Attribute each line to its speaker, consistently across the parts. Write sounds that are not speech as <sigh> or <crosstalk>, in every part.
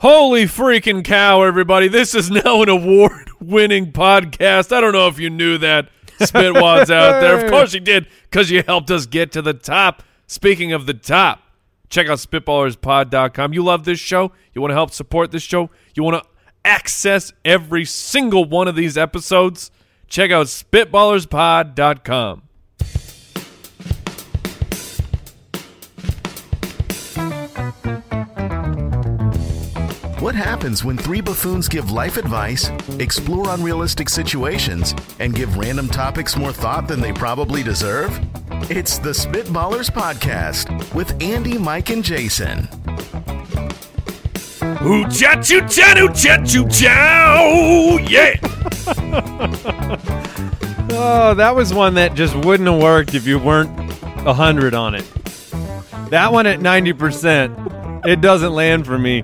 Speaker 1: Holy freaking cow, everybody. This is <laughs> now an award winning podcast. I don't know if you knew that, Spitwads out there. Of course you did, because you helped us get to the top. Speaking of the top, check out SpitballersPod.com. You love this show. You want to help support this show. You want to access every single one of these episodes. Check out SpitballersPod.com.
Speaker 2: What happens when three buffoons give life advice, explore unrealistic situations, and give random topics more thought than they probably deserve? It's the Spitballers Podcast with Andy, Mike, and Jason.
Speaker 1: Ooh, cha choo cha doo cha choo chow. Yeah.
Speaker 3: <laughs> Oh, that was one that just wouldn't have worked if you weren't 100 on it. That one at 90%, it doesn't land for me.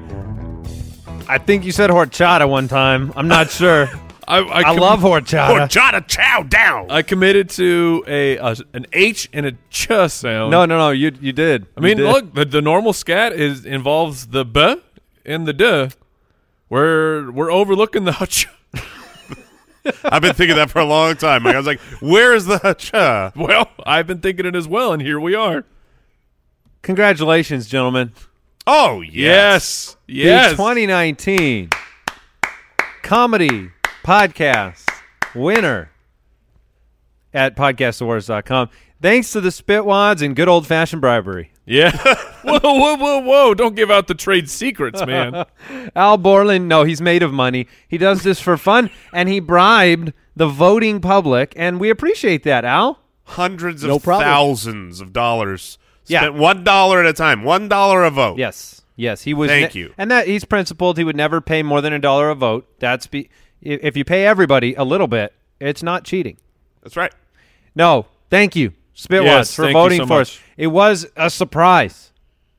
Speaker 3: I think you said horchata one time. I'm not sure.
Speaker 1: <laughs> I, I,
Speaker 3: I
Speaker 1: com-
Speaker 3: love horchata.
Speaker 2: chow down.
Speaker 1: I committed to a, a an H and a ch sound.
Speaker 3: no, no, no. You you did.
Speaker 1: I mean, look, the, the normal scat is involves the b and the d. We're we're overlooking the ch.
Speaker 4: <laughs> I've been thinking that for a long time. Like, I was like, "Where is the cha?"
Speaker 1: <laughs> Well, I've been thinking it as well, and here we are.
Speaker 3: Congratulations, gentlemen.
Speaker 4: Oh yes.
Speaker 1: Yes, yes.
Speaker 3: The 2019 comedy podcast winner at podcastawards.com. Thanks to the Spitwads and good old fashioned bribery.
Speaker 1: <laughs> Yeah. whoa, whoa, whoa, whoa! Don't give out the trade secrets,
Speaker 4: <laughs>
Speaker 1: man.
Speaker 3: Al Borland, no, he's made of money. He does this for fun, and he bribed the voting public, and we appreciate that, Al.
Speaker 4: hundreds of
Speaker 5: No problem.
Speaker 4: thousands of dollars
Speaker 3: Yeah.
Speaker 4: spent one dollar at a time, one dollar a vote.
Speaker 3: Yes, yes, he was.
Speaker 4: Thank you.
Speaker 3: And that he's principled. He would never pay more than a dollar a vote. That's be i- if you pay everybody a little bit, it's not cheating.
Speaker 4: that's right.
Speaker 3: No, thank you, Spitwads,
Speaker 1: Yes,
Speaker 3: for
Speaker 1: thank you
Speaker 3: voting
Speaker 1: so
Speaker 3: for
Speaker 1: much.
Speaker 3: us. It was a surprise.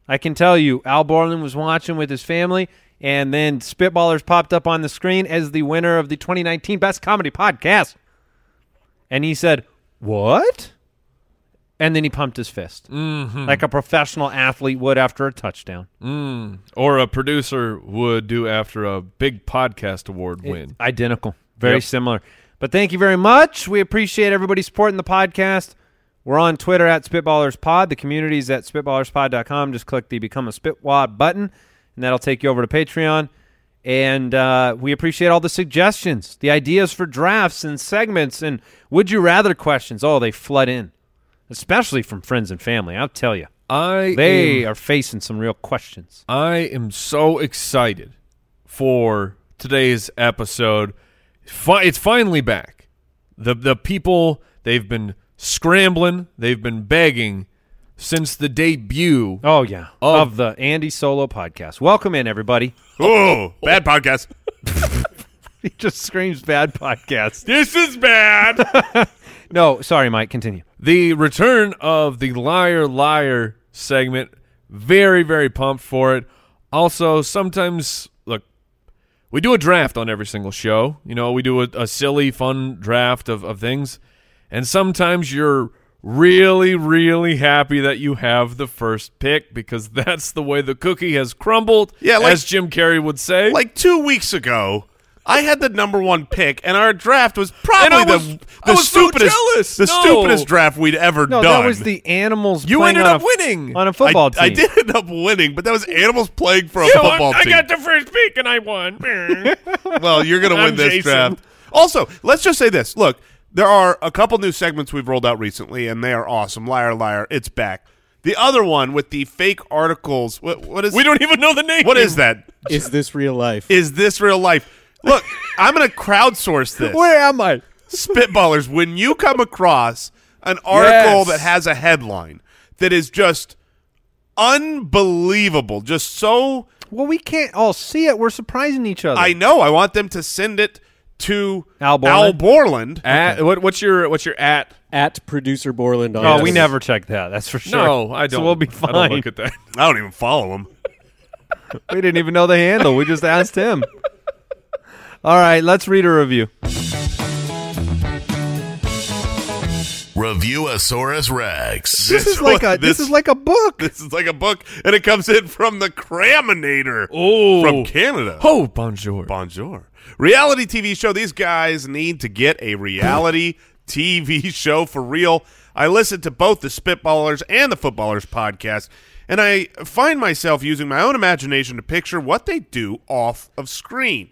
Speaker 3: I can tell you, Al Borland was watching with his family, and then Spitballers popped up on the screen as the winner of the 2019 Best Comedy Podcast. And he said, What? And then he pumped his fist
Speaker 1: Mm-hmm.
Speaker 3: like a professional athlete would after a touchdown.
Speaker 1: Or a producer would do after a big podcast award win.
Speaker 3: Identical. Very
Speaker 1: Yep.
Speaker 3: similar. But thank you very much. We appreciate everybody supporting the podcast. We're on Twitter at SpitballersPod. The community is at SpitballersPod.com. Just click the Become a Spitwad button, and that'll take you over to Patreon. And uh, we appreciate all the suggestions, the ideas for drafts and segments, and would you rather questions. Oh, they flood in, especially from friends and family. I'll tell you,
Speaker 1: I
Speaker 3: they are facing some real questions.
Speaker 1: I am so excited for today's episode. Fi- It's finally back. The the people they've been scrambling, they've been begging since the debut.
Speaker 3: Oh yeah,
Speaker 1: Oh.
Speaker 3: of the Andy Solo podcast. Welcome in everybody.
Speaker 4: Oh, bad podcast.
Speaker 3: He <laughs> just screams bad podcast.
Speaker 1: This is bad.
Speaker 3: No, sorry, Mike. Continue.
Speaker 1: the return of the liar liar segment. Very very pumped for it. Also, sometimes look, we do a draft on every single show. You know, we do a, a silly, fun draft of, of things. And sometimes you're really, really happy that you have the first pick because <laughs> that's the way the cookie has crumbled.
Speaker 4: Yeah, like-
Speaker 1: as Jim Carrey would say.
Speaker 4: Like two weeks ago, I had the number one pick, and our draft was
Speaker 1: And I
Speaker 4: probably
Speaker 1: was-
Speaker 4: the
Speaker 1: I
Speaker 4: the
Speaker 1: was so
Speaker 4: stupidest,
Speaker 1: jealous.
Speaker 4: the
Speaker 1: No.
Speaker 4: stupidest draft we'd ever
Speaker 3: No,
Speaker 4: done.
Speaker 3: that was the animals.
Speaker 1: You
Speaker 3: playing
Speaker 1: ended
Speaker 3: on
Speaker 1: up
Speaker 3: a-
Speaker 1: winning.
Speaker 3: on a
Speaker 4: I,
Speaker 3: football team.
Speaker 4: I did end up winning, but that was animals playing for a
Speaker 1: You know,
Speaker 4: football
Speaker 1: I, I
Speaker 4: team.
Speaker 1: got the first pick and I
Speaker 4: <laughs>
Speaker 1: won.
Speaker 4: well, you're going
Speaker 1: <laughs>
Speaker 4: to
Speaker 1: I'm
Speaker 4: win this
Speaker 1: Jason.
Speaker 4: draft. Also, let's just say this. Look, there are a couple new segments we've rolled out recently, and they are awesome. Liar, liar, it's back. The other one with the fake articles. What, what is?
Speaker 1: we don't even know the name.
Speaker 4: What is that?
Speaker 5: Is this real life?
Speaker 4: Is this real life?
Speaker 1: <laughs>
Speaker 4: Look, I'm going to crowdsource this.
Speaker 3: Where am I?
Speaker 4: Spitballers, when you come across an article
Speaker 1: Yes.
Speaker 4: that has a headline that is just unbelievable, just so
Speaker 3: Well, we can't all see it. We're surprising each other.
Speaker 4: I know. I want them to send it to
Speaker 3: Al Borland?
Speaker 4: Borland.
Speaker 1: At, what, what's your what's your at?
Speaker 5: At producer Borland on
Speaker 3: Oh,
Speaker 5: Twitter.
Speaker 3: we never check that. That's for sure.
Speaker 1: No, I don't.
Speaker 3: So we'll be
Speaker 1: I
Speaker 3: fine.
Speaker 1: don't look at that.
Speaker 4: I don't even follow him.
Speaker 3: we didn't even know the handle. We just asked him. All right, let's read a review.
Speaker 2: Review Asaurus Rex.
Speaker 3: This is like a this, is like a book.
Speaker 4: <laughs> this is like a book, and it comes in from the Craminator
Speaker 1: Oh.
Speaker 4: from Canada.
Speaker 1: Oh, bonjour.
Speaker 4: Bonjour. Reality TV show. These guys need to get
Speaker 1: <laughs>
Speaker 4: a reality TV show for real. I listen to both the Spitballers and the Footballers podcast, and I find myself using my own imagination to picture what they do off of screen.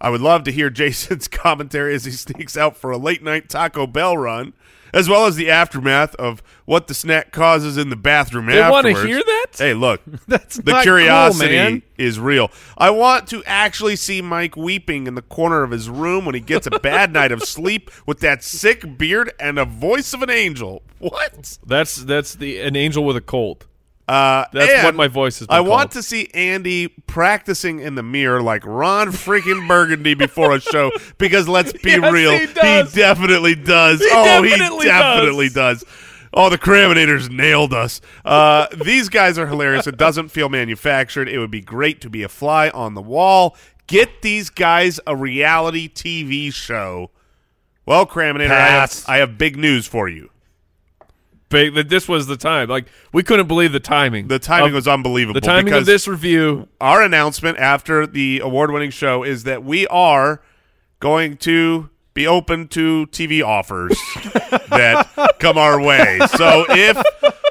Speaker 4: I would love to hear Jason's <laughs> commentary as he sneaks out for a late night Taco Bell run, as well as the aftermath of what the snack causes in the bathroom
Speaker 1: They wanna
Speaker 4: afterwards.
Speaker 1: hear <laughs> that?
Speaker 4: Hey, look, that's the
Speaker 3: not cool,
Speaker 4: curiosity
Speaker 3: man.
Speaker 4: is real. I want to actually see Mike weeping in the corner of his room when he gets a bad night of sleep with that sick beard and a voice of an angel. What?
Speaker 1: That's that's the an angel with a cold.
Speaker 4: Uh,
Speaker 1: That's
Speaker 4: and
Speaker 1: what my voice has been
Speaker 4: I
Speaker 1: called.
Speaker 4: want to see Andy practicing in the mirror like Ron freaking Burgundy before a show because let's
Speaker 1: <laughs>
Speaker 4: be
Speaker 1: Yes,
Speaker 4: real,
Speaker 1: he does.
Speaker 4: definitely does. oh,
Speaker 1: definitely
Speaker 4: he definitely does. Oh, the Craminators nailed us. Uh, these guys are hilarious. It doesn't feel manufactured. It would be great to be a fly on the wall. Get these guys a reality TV show. Well, Craminator, I have,
Speaker 3: Pass.
Speaker 4: I have big news for you.
Speaker 1: Ba- that this was the time. Like we couldn't believe the timing.
Speaker 4: The timing
Speaker 1: of,
Speaker 4: was unbelievable.
Speaker 1: Um, the timing of
Speaker 4: because-
Speaker 1: this review.
Speaker 4: our announcement after the award-winning show is that we are going to be open to
Speaker 3: <laughs>
Speaker 4: TV offers that come our way. So if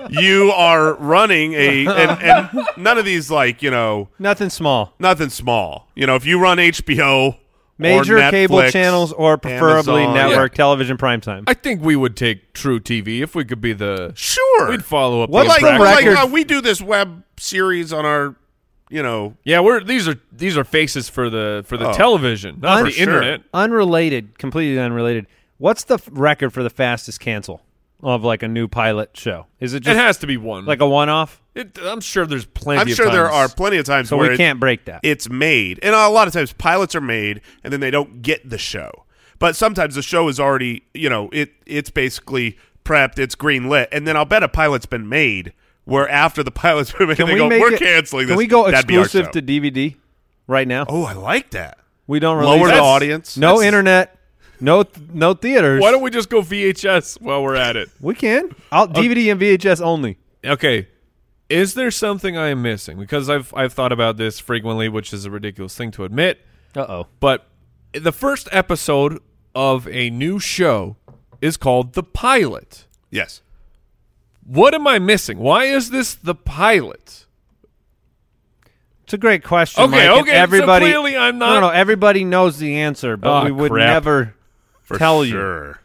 Speaker 4: you are running a and, and none of these like you know
Speaker 3: Nothing small.
Speaker 4: nothing small. You know if you run HBO,
Speaker 3: Major
Speaker 4: or Netflix,
Speaker 3: cable channels or preferably
Speaker 4: Amazon-
Speaker 3: network television primetime.
Speaker 1: I think we would take True TV if we could be the.
Speaker 4: sure,
Speaker 1: We'd follow up.
Speaker 3: What
Speaker 1: the
Speaker 4: like,
Speaker 3: the
Speaker 1: attraction.
Speaker 4: like,
Speaker 3: record-
Speaker 4: uh, we do this web series on our you know
Speaker 1: Yeah, we're these are these are faces for the for the
Speaker 4: Oh.
Speaker 1: television, not
Speaker 4: For
Speaker 1: the
Speaker 4: sure.
Speaker 1: internet.
Speaker 3: Unrelated, completely unrelated. What's the f- record for the fastest cancel of like a new pilot show? Is it
Speaker 1: It
Speaker 3: just
Speaker 1: has to be one.
Speaker 3: like a one off?
Speaker 1: it, I'm sure there's plenty.
Speaker 4: I'm
Speaker 1: of
Speaker 4: sure there are
Speaker 1: times.
Speaker 4: plenty of times
Speaker 3: So
Speaker 4: where
Speaker 3: we
Speaker 4: it-
Speaker 3: can't break that.
Speaker 4: it's made. And a lot of times pilots are made and then they don't get the show. But sometimes the show is already, you know, it it's basically prepped, it's green lit, and then I'll bet a pilot's been made where after the <laughs> pilot's been made,
Speaker 3: Can
Speaker 4: they
Speaker 3: we
Speaker 4: go,
Speaker 3: make
Speaker 4: We're
Speaker 3: it-
Speaker 4: canceling this.
Speaker 3: Can we go
Speaker 4: That'd be our
Speaker 3: exclusive
Speaker 4: show.
Speaker 3: to DVD right now?
Speaker 4: Oh, I like that.
Speaker 3: we don't release
Speaker 4: Lower the
Speaker 3: That's-
Speaker 4: audience.
Speaker 3: No
Speaker 4: That's-
Speaker 3: internet. No th- no theaters.
Speaker 1: Why don't we just go VHS while we're at it?
Speaker 3: we can. I'll, DVD and VHS only.
Speaker 1: Okay. Is there something I am missing? Because I've I've thought about this frequently, which is a ridiculous thing to admit.
Speaker 3: Uh oh.
Speaker 1: But the first episode of a new show is called The Pilot.
Speaker 4: Yes.
Speaker 1: What am I missing? Why is this the pilot?
Speaker 3: It's a great question.
Speaker 1: Okay,
Speaker 3: Mike, and
Speaker 1: okay, so
Speaker 3: Everybody,
Speaker 1: clearly I'm
Speaker 3: No,
Speaker 1: not-
Speaker 3: no. Everybody knows the answer, but
Speaker 1: Ah,
Speaker 3: we would
Speaker 1: crap.
Speaker 3: never
Speaker 4: For
Speaker 3: tell you.
Speaker 4: sure.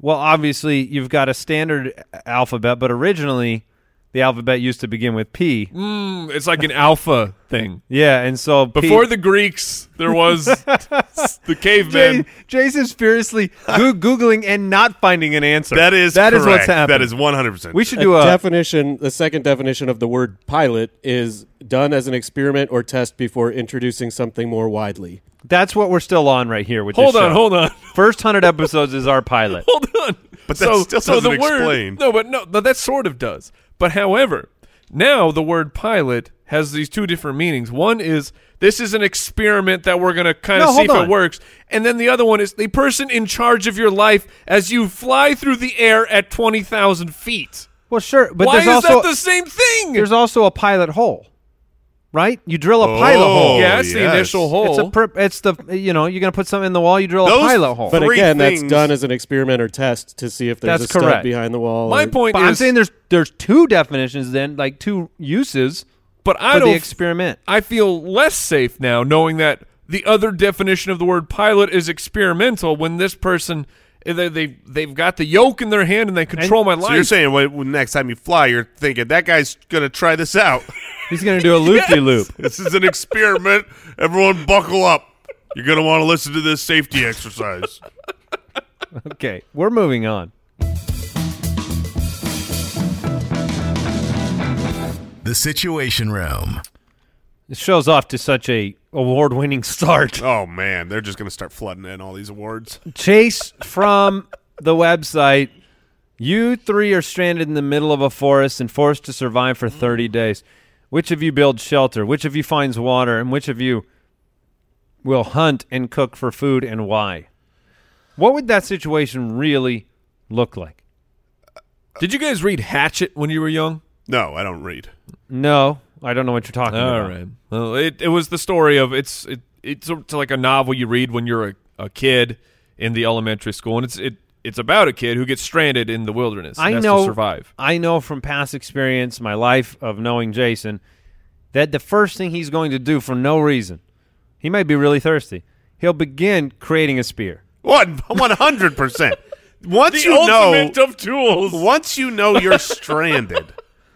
Speaker 3: Well, obviously, you've got a standard alphabet, but originally the alphabet used to begin with P.
Speaker 1: Mm, It's like an alpha thing.
Speaker 3: Yeah, and so P-
Speaker 1: Before the Greeks, there
Speaker 3: <laughs>
Speaker 1: was the
Speaker 3: Jay,
Speaker 1: cavemen.
Speaker 3: Jason's furiously <laughs> goo- googling and not finding an answer.
Speaker 4: That is
Speaker 3: that is what's
Speaker 4: correct.
Speaker 3: happening.
Speaker 4: That is one hundred percent.
Speaker 3: We should
Speaker 5: A
Speaker 3: do a.
Speaker 5: definition, the second definition of the word pilot is done as an experiment or test before introducing something more widely.
Speaker 3: that's what we're still on right here. With
Speaker 1: Hold
Speaker 3: this
Speaker 1: on,
Speaker 3: show.
Speaker 1: hold on,
Speaker 3: <laughs> First hundred episodes is our pilot.
Speaker 1: hold on.
Speaker 4: But that still doesn't explain.
Speaker 1: Word, no, but no, but that sort of does. But however, now the word pilot has these two different meanings. One is this is an experiment that we're going to kind
Speaker 3: No,
Speaker 1: of see
Speaker 3: hold
Speaker 1: if
Speaker 3: on.
Speaker 1: it works. And then the other one is the person in charge of your life as you fly through the air at 20,000 feet.
Speaker 3: Well, sure, but
Speaker 1: Why
Speaker 3: there's
Speaker 1: is
Speaker 3: also
Speaker 1: that the same thing?
Speaker 3: there's also a pilot hole, right? You drill a pilot
Speaker 4: Oh,
Speaker 3: hole.
Speaker 1: yeah, that's the
Speaker 4: yes.
Speaker 1: initial hole.
Speaker 3: It's a per- it's the you know you're gonna put something in the wall. You drill
Speaker 4: Those
Speaker 3: a pilot hole.
Speaker 5: But
Speaker 4: Three
Speaker 5: again,
Speaker 4: things.
Speaker 5: that's done as an experiment or test to see if there's
Speaker 3: That's
Speaker 5: a
Speaker 3: correct.
Speaker 5: stud behind the wall.
Speaker 1: My
Speaker 5: or-
Speaker 1: point
Speaker 3: But
Speaker 1: is,
Speaker 3: I'm saying there's there's two definitions then, like two uses
Speaker 1: but I
Speaker 3: for
Speaker 1: don't.
Speaker 3: the experiment.
Speaker 1: I feel less safe now knowing that the other definition of the word pilot is experimental. When this person eh, they they they've got the yoke in their hand and they control my life.
Speaker 4: so you're saying when, when next time you fly, you're thinking that guy's gonna try this out. <laughs>
Speaker 3: He's gonna do a loop
Speaker 1: <laughs>
Speaker 3: de loop.
Speaker 4: This is an experiment. Everyone buckle up. You're going to want to listen to this safety exercise.
Speaker 3: Okay, we're moving on.
Speaker 2: The Situation Room.
Speaker 3: This show's off to such a award winning <laughs> start.
Speaker 4: Oh, man. They're just going to start flooding in all these awards.
Speaker 3: Chase from the website. You three are stranded in the middle of a forest and forced to survive for 30 days. Which of you builds shelter? Which of you finds water? And which of you will hunt and cook for food and why? What would that situation really look like?
Speaker 1: Did you guys read Hatchet when you were young?
Speaker 4: No, I don't read.
Speaker 3: No, I don't know what you're talking
Speaker 1: All
Speaker 3: about.
Speaker 1: right. Well, it it was the story of it's it, it's, a, it's like a novel you read when you're a, a kid in the elementary school, and it's it it's about a kid who gets stranded in the wilderness. and
Speaker 3: I
Speaker 1: has
Speaker 3: know
Speaker 1: to survive.
Speaker 3: I know from past experience, my life of knowing Jason, that the first thing he's going to do for no reason, he might be really thirsty. He'll begin creating a <laughs> spear.
Speaker 4: One one hundred percent. Once you know,
Speaker 1: of tools.
Speaker 4: once you know you're stranded,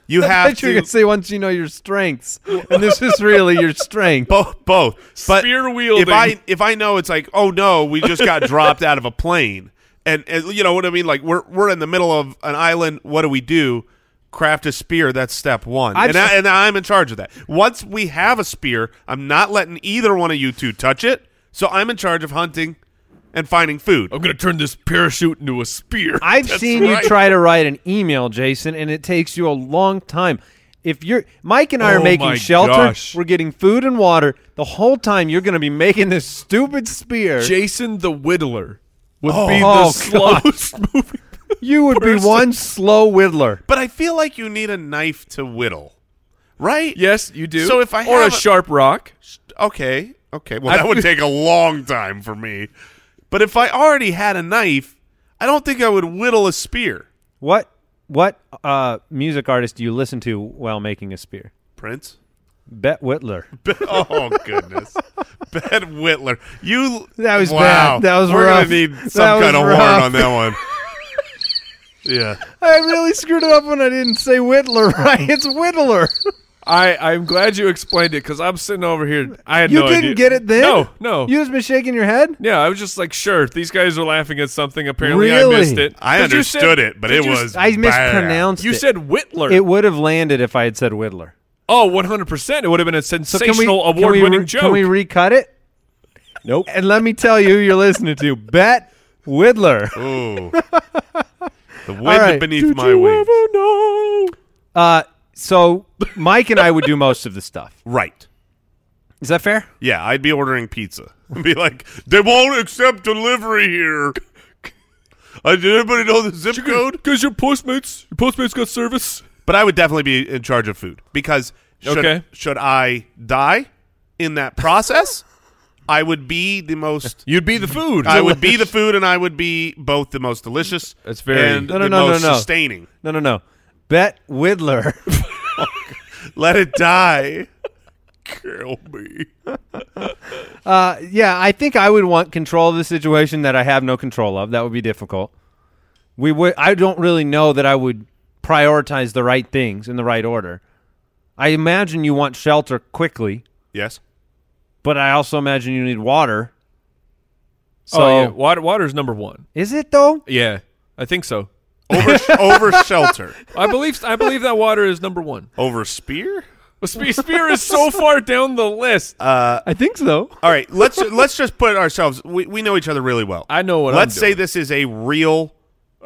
Speaker 4: you
Speaker 3: I
Speaker 4: have
Speaker 3: bet you're
Speaker 4: to
Speaker 3: gonna say once you know your strengths, and this is really your
Speaker 1: <laughs>
Speaker 3: strength.
Speaker 4: both both. But
Speaker 1: Spear wielding.
Speaker 4: If I if I know it's like, oh no, we just
Speaker 1: <laughs>
Speaker 4: got dropped out of a plane, and, and you know what I mean. Like we're we're in the middle of an island. What do we do? Craft a spear. That's step one,
Speaker 3: I'm
Speaker 4: and,
Speaker 3: s-
Speaker 4: I, and I'm in charge of that. Once we have a spear, I'm not letting either one of you two touch it. So I'm in charge of hunting and finding food.
Speaker 1: I'm gonna turn this parachute into a spear.
Speaker 3: I've
Speaker 1: That's
Speaker 3: seen
Speaker 1: right.
Speaker 3: you try to write an email, Jason, and it takes you a long time. If you're Mike and I
Speaker 1: Oh
Speaker 3: are making
Speaker 1: my
Speaker 3: shelter,
Speaker 1: gosh.
Speaker 3: we're getting food and water. The whole time you're going to be making this stupid spear.
Speaker 1: Jason the Whittler would
Speaker 3: Oh,
Speaker 1: be the <laughs>
Speaker 3: God.
Speaker 1: slowest moving.
Speaker 3: you would be
Speaker 1: person.
Speaker 3: one slow whittler.
Speaker 4: But I feel like you need a knife to whittle, right?
Speaker 1: Yes, you do.
Speaker 4: So if I
Speaker 1: or a,
Speaker 4: have a-
Speaker 1: sharp rock,
Speaker 4: Okay. Okay. Well, that would take a long time for me. But if I already had a knife, I don't think I would whittle a spear.
Speaker 3: What what uh, music artist do you listen to while making a spear?
Speaker 4: Prince. <laughs>
Speaker 3: Bet Whitler.
Speaker 4: Oh goodness, <laughs> Ben Whitler! You
Speaker 3: That was
Speaker 4: wow.
Speaker 3: bad. That was
Speaker 4: We're
Speaker 3: rough.
Speaker 4: gonna need
Speaker 3: That
Speaker 4: some
Speaker 3: was
Speaker 4: kind of
Speaker 3: rough.
Speaker 4: warrant on
Speaker 3: <laughs>
Speaker 4: that one. yeah,
Speaker 3: <laughs> I really screwed it up when I didn't say Whittler <laughs> right. It's Whittler.
Speaker 1: I I'm glad you explained it because I'm sitting over here. I had
Speaker 3: You
Speaker 1: no
Speaker 3: didn't
Speaker 1: idea.
Speaker 3: get it then?
Speaker 1: No, no.
Speaker 3: You just been shaking your head?
Speaker 1: yeah, I was just like, sure. These guys are laughing at something. Apparently,
Speaker 3: Really?
Speaker 1: I missed it.
Speaker 4: I
Speaker 1: 'Cause you
Speaker 4: understood
Speaker 1: said-
Speaker 4: it, but
Speaker 1: did
Speaker 4: it
Speaker 1: you-
Speaker 4: was
Speaker 3: I
Speaker 4: bad.
Speaker 3: mispronounced
Speaker 1: You
Speaker 3: it.
Speaker 1: said Whitler.
Speaker 3: It would have landed if I had said Whittler.
Speaker 1: oh, 100. percent It would have been a sensational
Speaker 3: can we
Speaker 1: award-winning
Speaker 3: re-
Speaker 1: joke.
Speaker 3: Can we recut it?
Speaker 5: Nope.
Speaker 3: And let me tell you, who you're listening to <laughs> Bet Whittler. <laughs>
Speaker 4: Ooh, the wind
Speaker 3: right.
Speaker 4: beneath my wings.
Speaker 3: Uh, so Mike and I would do most of the stuff.
Speaker 4: Right.
Speaker 3: Is that fair?
Speaker 4: Yeah, I'd be ordering pizza. <laughs> I'd be like, they won't accept delivery here. <laughs> Uh, did anybody know the zip code?
Speaker 1: Because your Postmates, your Postmates got service.
Speaker 4: But I would definitely be in charge of food because should,
Speaker 1: Okay.
Speaker 4: should I die in that process, I would be the most.
Speaker 1: You'd be the food.
Speaker 4: I would be the food, and I would be both the most delicious.
Speaker 1: That's very-
Speaker 4: and
Speaker 3: No, no,
Speaker 4: the
Speaker 3: no, no,
Speaker 4: most
Speaker 3: no.
Speaker 4: sustaining.
Speaker 3: No, no, no. Bet Whittler. <laughs>
Speaker 4: Let it die. Kill me.
Speaker 3: Uh, yeah, I think I would want control of the situation that I have no control of. That would be difficult. We would. I don't really know that I would prioritize the right things in the right order. I imagine you want shelter quickly,
Speaker 4: Yes.
Speaker 3: but I also imagine you need water. So
Speaker 1: <laughs> Oh, yeah. Water, water's number one.
Speaker 3: is it though?
Speaker 1: Yeah, I think so.
Speaker 4: Over, over shelter.
Speaker 1: I believe I believe that water is number one.
Speaker 4: Over spear?
Speaker 1: Spe- Spear is
Speaker 3: <laughs>
Speaker 1: so far down the list.
Speaker 3: I think so.
Speaker 4: All right, let's let's just put ourselves. We, we know each other really well.
Speaker 1: I know what I'm
Speaker 4: Let's say
Speaker 1: doing.
Speaker 4: this is a real,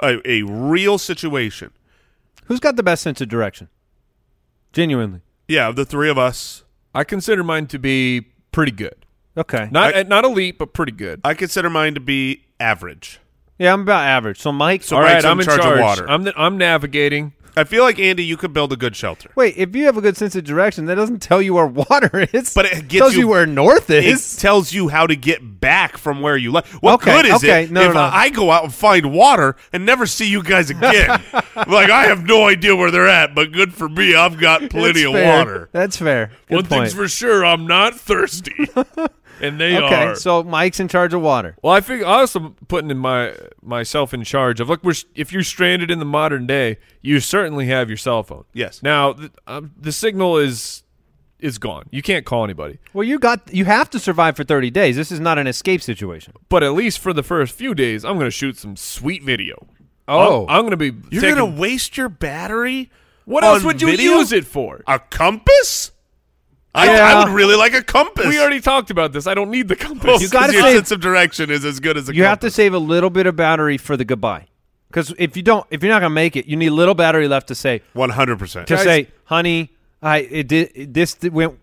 Speaker 4: a, a real situation.
Speaker 3: Who's got the best sense of direction? Genuinely.
Speaker 4: Yeah, of the three of us,
Speaker 1: I consider mine to be pretty good.
Speaker 3: Okay.
Speaker 1: Not
Speaker 4: I-
Speaker 1: uh, not elite, but pretty good.
Speaker 4: I consider mine to be average.
Speaker 3: yeah, I'm about average. So Mike,
Speaker 4: So
Speaker 1: All right,
Speaker 4: Mike's in
Speaker 1: I'm in
Speaker 4: charge
Speaker 1: charge.
Speaker 4: of water.
Speaker 1: I'm the, I'm navigating.
Speaker 4: I feel like Andy, you could build a good shelter.
Speaker 3: wait, if you have a good sense of direction, that doesn't tell you where water <laughs> is,
Speaker 4: But it gets
Speaker 3: tells you,
Speaker 4: you-
Speaker 3: where north
Speaker 4: It
Speaker 3: is.
Speaker 4: tells you how to get back from where you left. What
Speaker 3: Okay,
Speaker 4: good is
Speaker 3: okay,
Speaker 4: it
Speaker 3: no,
Speaker 4: if
Speaker 3: no, no.
Speaker 4: I go out and find water and never see you guys again? like I have no idea where they're at, but good for me, I've got plenty
Speaker 3: That's
Speaker 4: of
Speaker 3: fair.
Speaker 4: water.
Speaker 3: That's fair. Good
Speaker 1: One
Speaker 3: point.
Speaker 1: thing's for sure, I'm not thirsty, <laughs> and they
Speaker 3: okay,
Speaker 1: are.
Speaker 3: so Mike's in charge of water.
Speaker 1: well, I figure I also putting in my myself in charge of. Look, we're, s- if you're stranded in the modern day, you certainly have your cell phone.
Speaker 4: Yes.
Speaker 1: Now th- um, the signal is is gone. You can't call anybody.
Speaker 3: Well, you got you have to survive for 30 days. This is not an escape situation.
Speaker 1: But at least for the first few days, I'm going to shoot some sweet video.
Speaker 3: Oh.
Speaker 1: I'm, I'm going to be.
Speaker 4: You're
Speaker 1: taking-
Speaker 4: gonna waste your battery.
Speaker 1: What else
Speaker 4: on
Speaker 1: would you
Speaker 4: video?
Speaker 1: use it for?
Speaker 4: A compass? I, I
Speaker 3: Yeah.
Speaker 4: would really like a compass.
Speaker 1: We already talked about this. I don't need the compass.
Speaker 4: Well,
Speaker 3: You gotta
Speaker 4: 'cause your
Speaker 3: save-
Speaker 4: sense of direction is as good as a
Speaker 3: You have to
Speaker 4: compass.
Speaker 3: save a little bit of battery for the goodbye. Cuz if you don't if you're not going to make it, you need a little battery left to say
Speaker 4: One hundred percent.
Speaker 3: to say, "Honey, I it did it- this did- went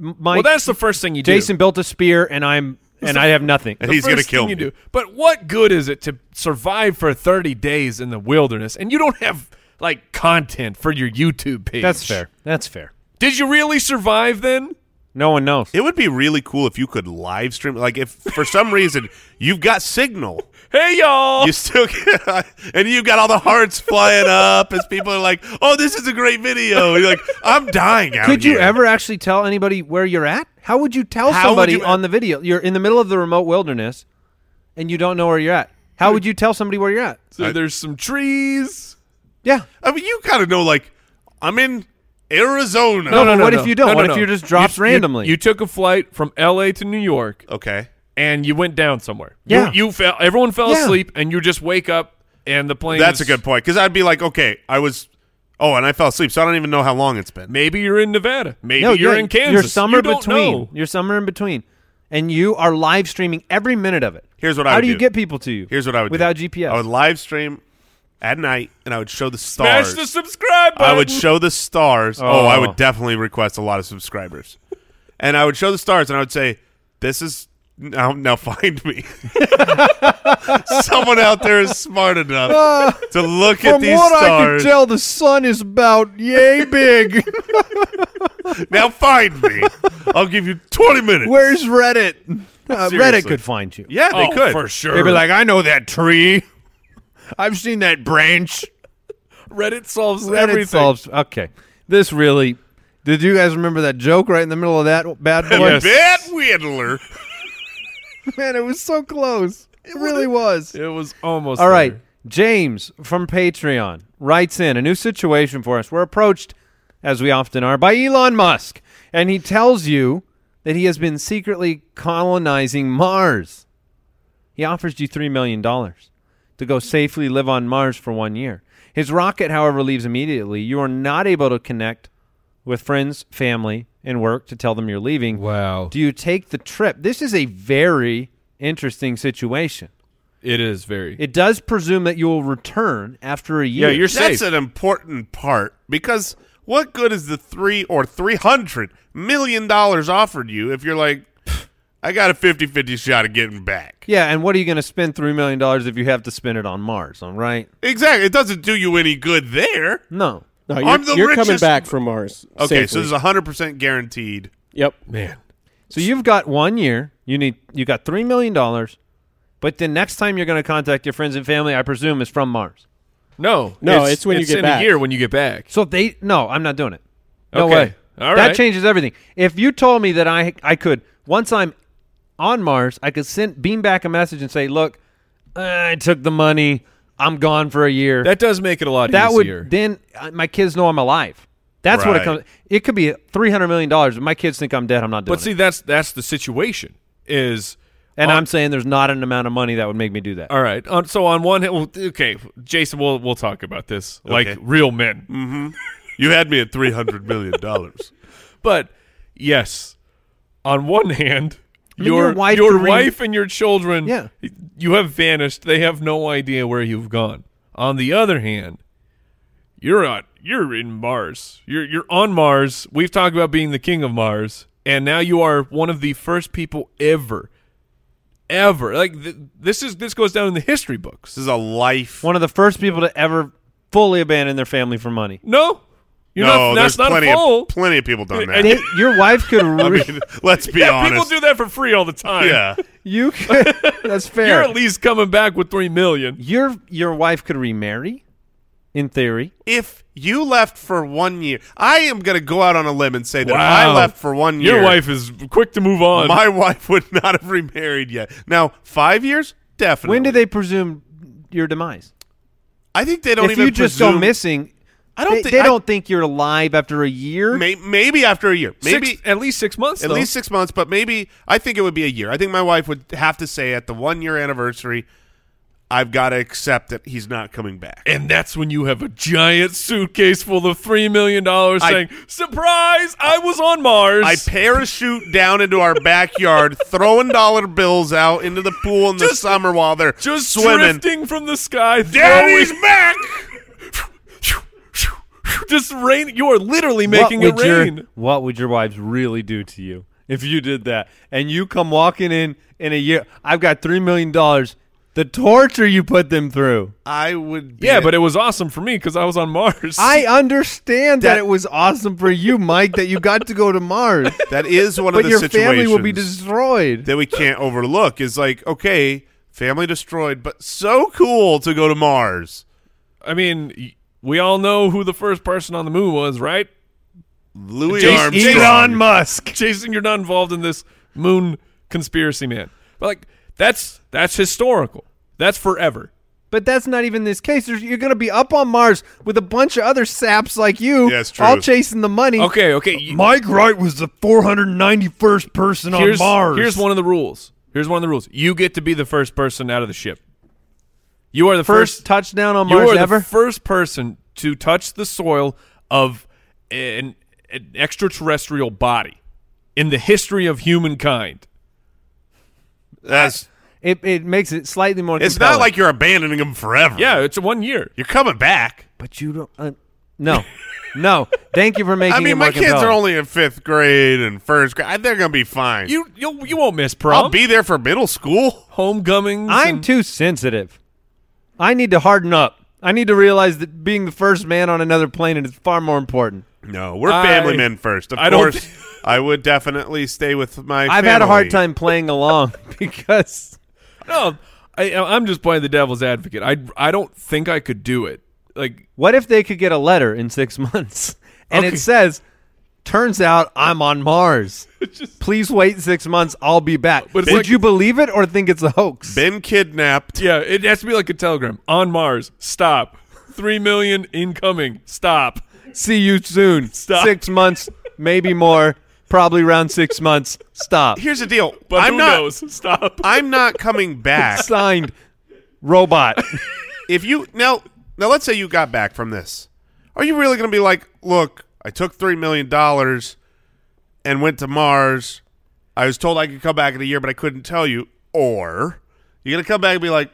Speaker 3: my
Speaker 1: well, that's the first thing you do.
Speaker 3: Jason built a spear and I'm and I have nothing."
Speaker 4: And he's gonna
Speaker 1: First
Speaker 4: kill
Speaker 1: thing
Speaker 4: me.
Speaker 1: you do. But what good is it to survive for 30 days in the wilderness and you don't have like content for your YouTube page.
Speaker 3: That's fair. That's fair.
Speaker 1: Did you really survive then?
Speaker 3: No one knows.
Speaker 4: It would be really cool if you could live stream. Like if for some reason you've got signal,
Speaker 1: Hey y'all.
Speaker 4: you still <laughs> get, and you've got all the hearts flying up as people are like, "Oh, this is a great video." And you're like, "I'm dying out
Speaker 3: Could you
Speaker 4: here."
Speaker 3: ever actually tell anybody where you're at? How would you tell
Speaker 4: How would
Speaker 3: somebody
Speaker 4: you-
Speaker 3: on the video? You're in the middle of the remote wilderness and you don't know where you're at. How would you tell somebody where you're at?
Speaker 1: So there's some trees.
Speaker 3: Yeah.
Speaker 4: I mean, you kind of know, like, I'm in Arizona.
Speaker 3: No, no, no. what if you don't? What if you're just dropped
Speaker 1: You- you-
Speaker 3: randomly?
Speaker 1: You, took a flight from L.A. to New York
Speaker 4: Okay.
Speaker 1: and you went down somewhere. You-
Speaker 3: Yeah.
Speaker 1: You, fell. Everyone fell
Speaker 3: Yeah.
Speaker 1: asleep and you just wake up and the plane.
Speaker 4: That's a
Speaker 1: is-
Speaker 4: good point because I'd be like, okay, I was, oh, and I fell asleep, so I don't even know how long it's been.
Speaker 1: Maybe you're in Nevada. Maybe
Speaker 3: no,
Speaker 1: you're
Speaker 3: yeah,
Speaker 1: in Kansas.
Speaker 3: You're somewhere
Speaker 1: You don't
Speaker 3: between.
Speaker 1: know.
Speaker 3: You're somewhere in between. And you are live streaming every minute of it.
Speaker 4: Here's what I
Speaker 3: How
Speaker 4: would
Speaker 3: do you
Speaker 4: do.
Speaker 3: get people to you?
Speaker 4: Here's what I would
Speaker 3: Without
Speaker 4: do.
Speaker 3: GPS.
Speaker 4: I would live stream at night, and I would show the stars.
Speaker 1: Smash the subscribe button.
Speaker 4: I would show the stars. Oh.
Speaker 3: Oh.
Speaker 4: I would definitely request a lot of subscribers, and I would show the stars, and I would say, "This is now. Now find me. <laughs> Someone out there is smart enough to look at these stars.
Speaker 3: tell, the sun is about yay
Speaker 4: <laughs>
Speaker 3: big.
Speaker 4: now find me. I'll give you twenty minutes.
Speaker 3: Where's
Speaker 4: <laughs>
Speaker 3: Reddit? Uh,
Speaker 4: Seriously.
Speaker 3: Reddit could find you.
Speaker 4: yeah, they
Speaker 1: Oh,
Speaker 4: could
Speaker 1: for sure.
Speaker 3: They'd be like, I know that tree.
Speaker 6: I've seen that branch.
Speaker 1: Reddit solves
Speaker 3: Reddit
Speaker 1: everything.
Speaker 3: solves. Okay, this really. Did you guys remember that joke right in the middle of that bad boy?
Speaker 4: Like, that Whittler.
Speaker 3: Man, it was so close. It really was.
Speaker 1: It was almost
Speaker 3: All right,
Speaker 1: there.
Speaker 3: James from Patreon writes in a new situation for us. We're approached, as we often are, by Elon Musk, and he tells you that he has been secretly colonizing Mars. He offers you $3 million to go safely live on Mars for one year. His rocket, however, leaves immediately. You are not able to connect with friends, family, and work to tell them you're leaving.
Speaker 1: Wow.
Speaker 3: Do you take the trip? This is a very interesting situation.
Speaker 1: It is very.
Speaker 3: It does presume that you will return after a
Speaker 1: yeah,
Speaker 3: year.
Speaker 1: you're safe.
Speaker 4: That's an important part because what good is the three or three hundred million dollars offered you if you're like, I got a 50-50 shot of getting back?
Speaker 3: Yeah, and what are you going to spend $3 million if you have to spend it on Mars, all right?
Speaker 4: Exactly, it doesn't do you any good there.
Speaker 3: No.
Speaker 5: No, you're,
Speaker 4: I'm the
Speaker 5: you're coming
Speaker 4: richest-
Speaker 5: back from Mars.
Speaker 4: Okay, so
Speaker 5: safely.
Speaker 4: this is hundred percent guaranteed.
Speaker 5: yep.
Speaker 1: Man.
Speaker 3: So you've got one year. You need you got $3 million, but the next time you're going to contact your friends and family, I presume, is from Mars.
Speaker 1: No.
Speaker 5: No, it's when you get
Speaker 1: in
Speaker 5: back.
Speaker 1: a year when you get back.
Speaker 3: So they, no, I'm not doing it. No
Speaker 1: Okay.
Speaker 3: way.
Speaker 1: All
Speaker 3: that
Speaker 1: right.
Speaker 3: changes everything. If you told me that I, I could, once I'm on Mars, I could send, beam back a message and say, look, I took the money. I'm gone for a year.
Speaker 1: That does make it a lot
Speaker 3: that
Speaker 1: easier.
Speaker 3: would then uh, my kids know I'm alive. That's what it
Speaker 4: Right.
Speaker 3: comes. It could be three hundred million dollars. If my kids think I'm dead, I'm not doing
Speaker 1: but see,
Speaker 3: it.
Speaker 1: that's that's the situation. Is
Speaker 3: And
Speaker 4: uh,
Speaker 1: on-
Speaker 3: I'm saying there's not an amount of money that would make me do that.
Speaker 1: all right. On, so on one, hand- well, okay, Jason, we'll we'll talk about this like
Speaker 4: Okay.
Speaker 1: real men.
Speaker 4: You had me at three hundred million
Speaker 1: <laughs>
Speaker 4: dollars.
Speaker 1: But yes, on one hand,
Speaker 3: mean,
Speaker 1: your
Speaker 3: your wife
Speaker 1: your
Speaker 3: could re-
Speaker 1: wife and your children,
Speaker 3: Yeah.
Speaker 1: you have vanished. They have no idea where you've gone. On the other hand, you're on you're in Mars. You're you're on Mars. We've talked about being the king of Mars, and now you are one of the first people ever, ever like th- this is this goes down in the history books.
Speaker 4: This is a life.
Speaker 3: One of the first people to ever fully abandon their family for
Speaker 4: <laughs>
Speaker 3: money.
Speaker 1: No, you're
Speaker 4: no,
Speaker 1: not, that's
Speaker 4: there's
Speaker 1: not
Speaker 4: plenty
Speaker 1: a poll.
Speaker 4: of plenty of people done that.
Speaker 3: They- your wife could. Re-
Speaker 4: I <laughs> mean, let's be
Speaker 1: yeah, people
Speaker 4: honest.
Speaker 1: do that for free all the time.
Speaker 4: yeah,
Speaker 3: you. Could, <laughs> that's fair.
Speaker 1: You're at least coming back with three million.
Speaker 3: your your wife could remarry, in theory.
Speaker 4: if you left for one year, I am going to go out on a limb and say that I
Speaker 1: Wow.
Speaker 4: left for one year.
Speaker 1: Your wife is quick to move on.
Speaker 4: <laughs> My wife would not have remarried yet. Now, five years, definitely.
Speaker 3: When do they presume your demise?
Speaker 4: I think they don't
Speaker 3: if
Speaker 4: even.
Speaker 3: you just
Speaker 4: presume,
Speaker 3: go missing,
Speaker 4: I don't
Speaker 3: They,
Speaker 4: think-
Speaker 3: they
Speaker 4: I-
Speaker 3: don't think you're alive after a year.
Speaker 4: May, maybe after a year,
Speaker 1: Six-
Speaker 4: maybe
Speaker 1: at least six months.
Speaker 4: at
Speaker 1: though.
Speaker 4: least six months, but maybe I think it would be a year. I think my wife would have to say at the one year anniversary, "I've got to accept that he's not coming back."
Speaker 1: and that's when you have a giant suitcase full of three million dollars,
Speaker 4: I-
Speaker 1: saying, "Surprise! I was on Mars."
Speaker 4: I parachute down into our
Speaker 3: <laughs>
Speaker 4: backyard, throwing dollar bills out into the pool in the
Speaker 1: Just-
Speaker 4: summer while they're
Speaker 1: just
Speaker 4: swimming.
Speaker 1: drifting from the sky.
Speaker 4: Daddy's
Speaker 1: throwing-
Speaker 4: back.
Speaker 1: <laughs> just rain. You are literally making
Speaker 3: what
Speaker 1: it
Speaker 3: would your-
Speaker 1: rain.
Speaker 3: what would your wives really do to you if you did that? And you come walking in in a year. I've got three million dollars. the torture you put them through.
Speaker 4: I would. Be
Speaker 1: Yeah, but it was awesome for me because I was on Mars.
Speaker 3: I understand that,
Speaker 4: That-
Speaker 3: it was awesome for you, Mike, that you got to go to <laughs> Mars,
Speaker 4: that is one of
Speaker 3: but
Speaker 4: the
Speaker 3: your
Speaker 4: situations
Speaker 3: family will be destroyed.
Speaker 4: that we can't overlook. Is like okay, family destroyed, but so cool to go to Mars.
Speaker 1: I mean, y- we all know who the first person on the moon was, right?
Speaker 4: Louis
Speaker 1: Jason-
Speaker 4: Armstrong.
Speaker 1: Elon Musk. <laughs> Jason, you're not involved in this moon conspiracy, man. But like, that's that's historical. That's forever.
Speaker 3: But that's not even this case. There's, you're going to be up on Mars with a bunch of other saps like you,
Speaker 4: Yeah, it's
Speaker 3: all
Speaker 4: true.
Speaker 3: chasing the money.
Speaker 1: Okay, okay. y-
Speaker 6: Mike Wright was the 491st person
Speaker 1: here's,
Speaker 6: on Mars.
Speaker 1: Here's one of the rules. Here's one of the rules. You get to be the first person out of the ship. You are the
Speaker 3: First,
Speaker 1: first,
Speaker 3: touchdown on
Speaker 1: you
Speaker 3: Mars
Speaker 1: are
Speaker 3: ever.
Speaker 1: the first person to touch the soil of an, an extraterrestrial body in the history of humankind.
Speaker 4: That's.
Speaker 3: it, it makes it slightly more.
Speaker 4: It's
Speaker 3: compelling.
Speaker 4: not like you're abandoning them forever.
Speaker 1: Yeah, it's one year.
Speaker 4: you're coming back.
Speaker 3: but you don't. Uh, no, no. Thank you for making.
Speaker 4: I
Speaker 3: it
Speaker 4: mean,
Speaker 3: more
Speaker 4: my kids
Speaker 3: compelling.
Speaker 4: are only in fifth grade and first grade. I- They're gonna be fine.
Speaker 1: You you you won't miss prom.
Speaker 4: I'll be there for middle school.
Speaker 1: homecomings.
Speaker 3: I'm
Speaker 1: and-
Speaker 3: too sensitive. I need to harden up. I need to realize that being the first man on another planet is far more important.
Speaker 4: No, we're
Speaker 1: I-
Speaker 4: family men first. Of
Speaker 1: I don't
Speaker 4: course,
Speaker 1: thi-
Speaker 4: <laughs> I would definitely stay with my.
Speaker 3: I've had a hard
Speaker 4: family.
Speaker 3: time playing along <laughs> because
Speaker 1: no. I, I'm just playing the devil's advocate. I I don't think I could do it. Like
Speaker 3: what if they could get a letter in six months and
Speaker 1: Okay.
Speaker 3: it says, "Turns out I'm on
Speaker 4: <laughs>
Speaker 3: Mars. Please wait six months. I'll be back."
Speaker 1: But it's
Speaker 3: Would
Speaker 1: like-
Speaker 3: you believe it or think it's a hoax?
Speaker 4: Been kidnapped.
Speaker 1: yeah, it has to be like a telegram on Mars. Stop. Three million incoming. Stop.
Speaker 3: See you soon.
Speaker 1: Stop.
Speaker 3: Six months, maybe more. Probably around six months. Stop.
Speaker 4: Here's the deal.
Speaker 1: But
Speaker 4: I'm
Speaker 1: who
Speaker 4: not.
Speaker 1: knows? <laughs> Stop.
Speaker 4: I'm not coming <laughs> back.
Speaker 3: Signed, robot.
Speaker 4: if you now now let's say you got back from this, are you really going to be like, look, I took three million dollars and went to Mars. I was told I could come back in a year, but I couldn't tell you. Or you're going to come back and be like,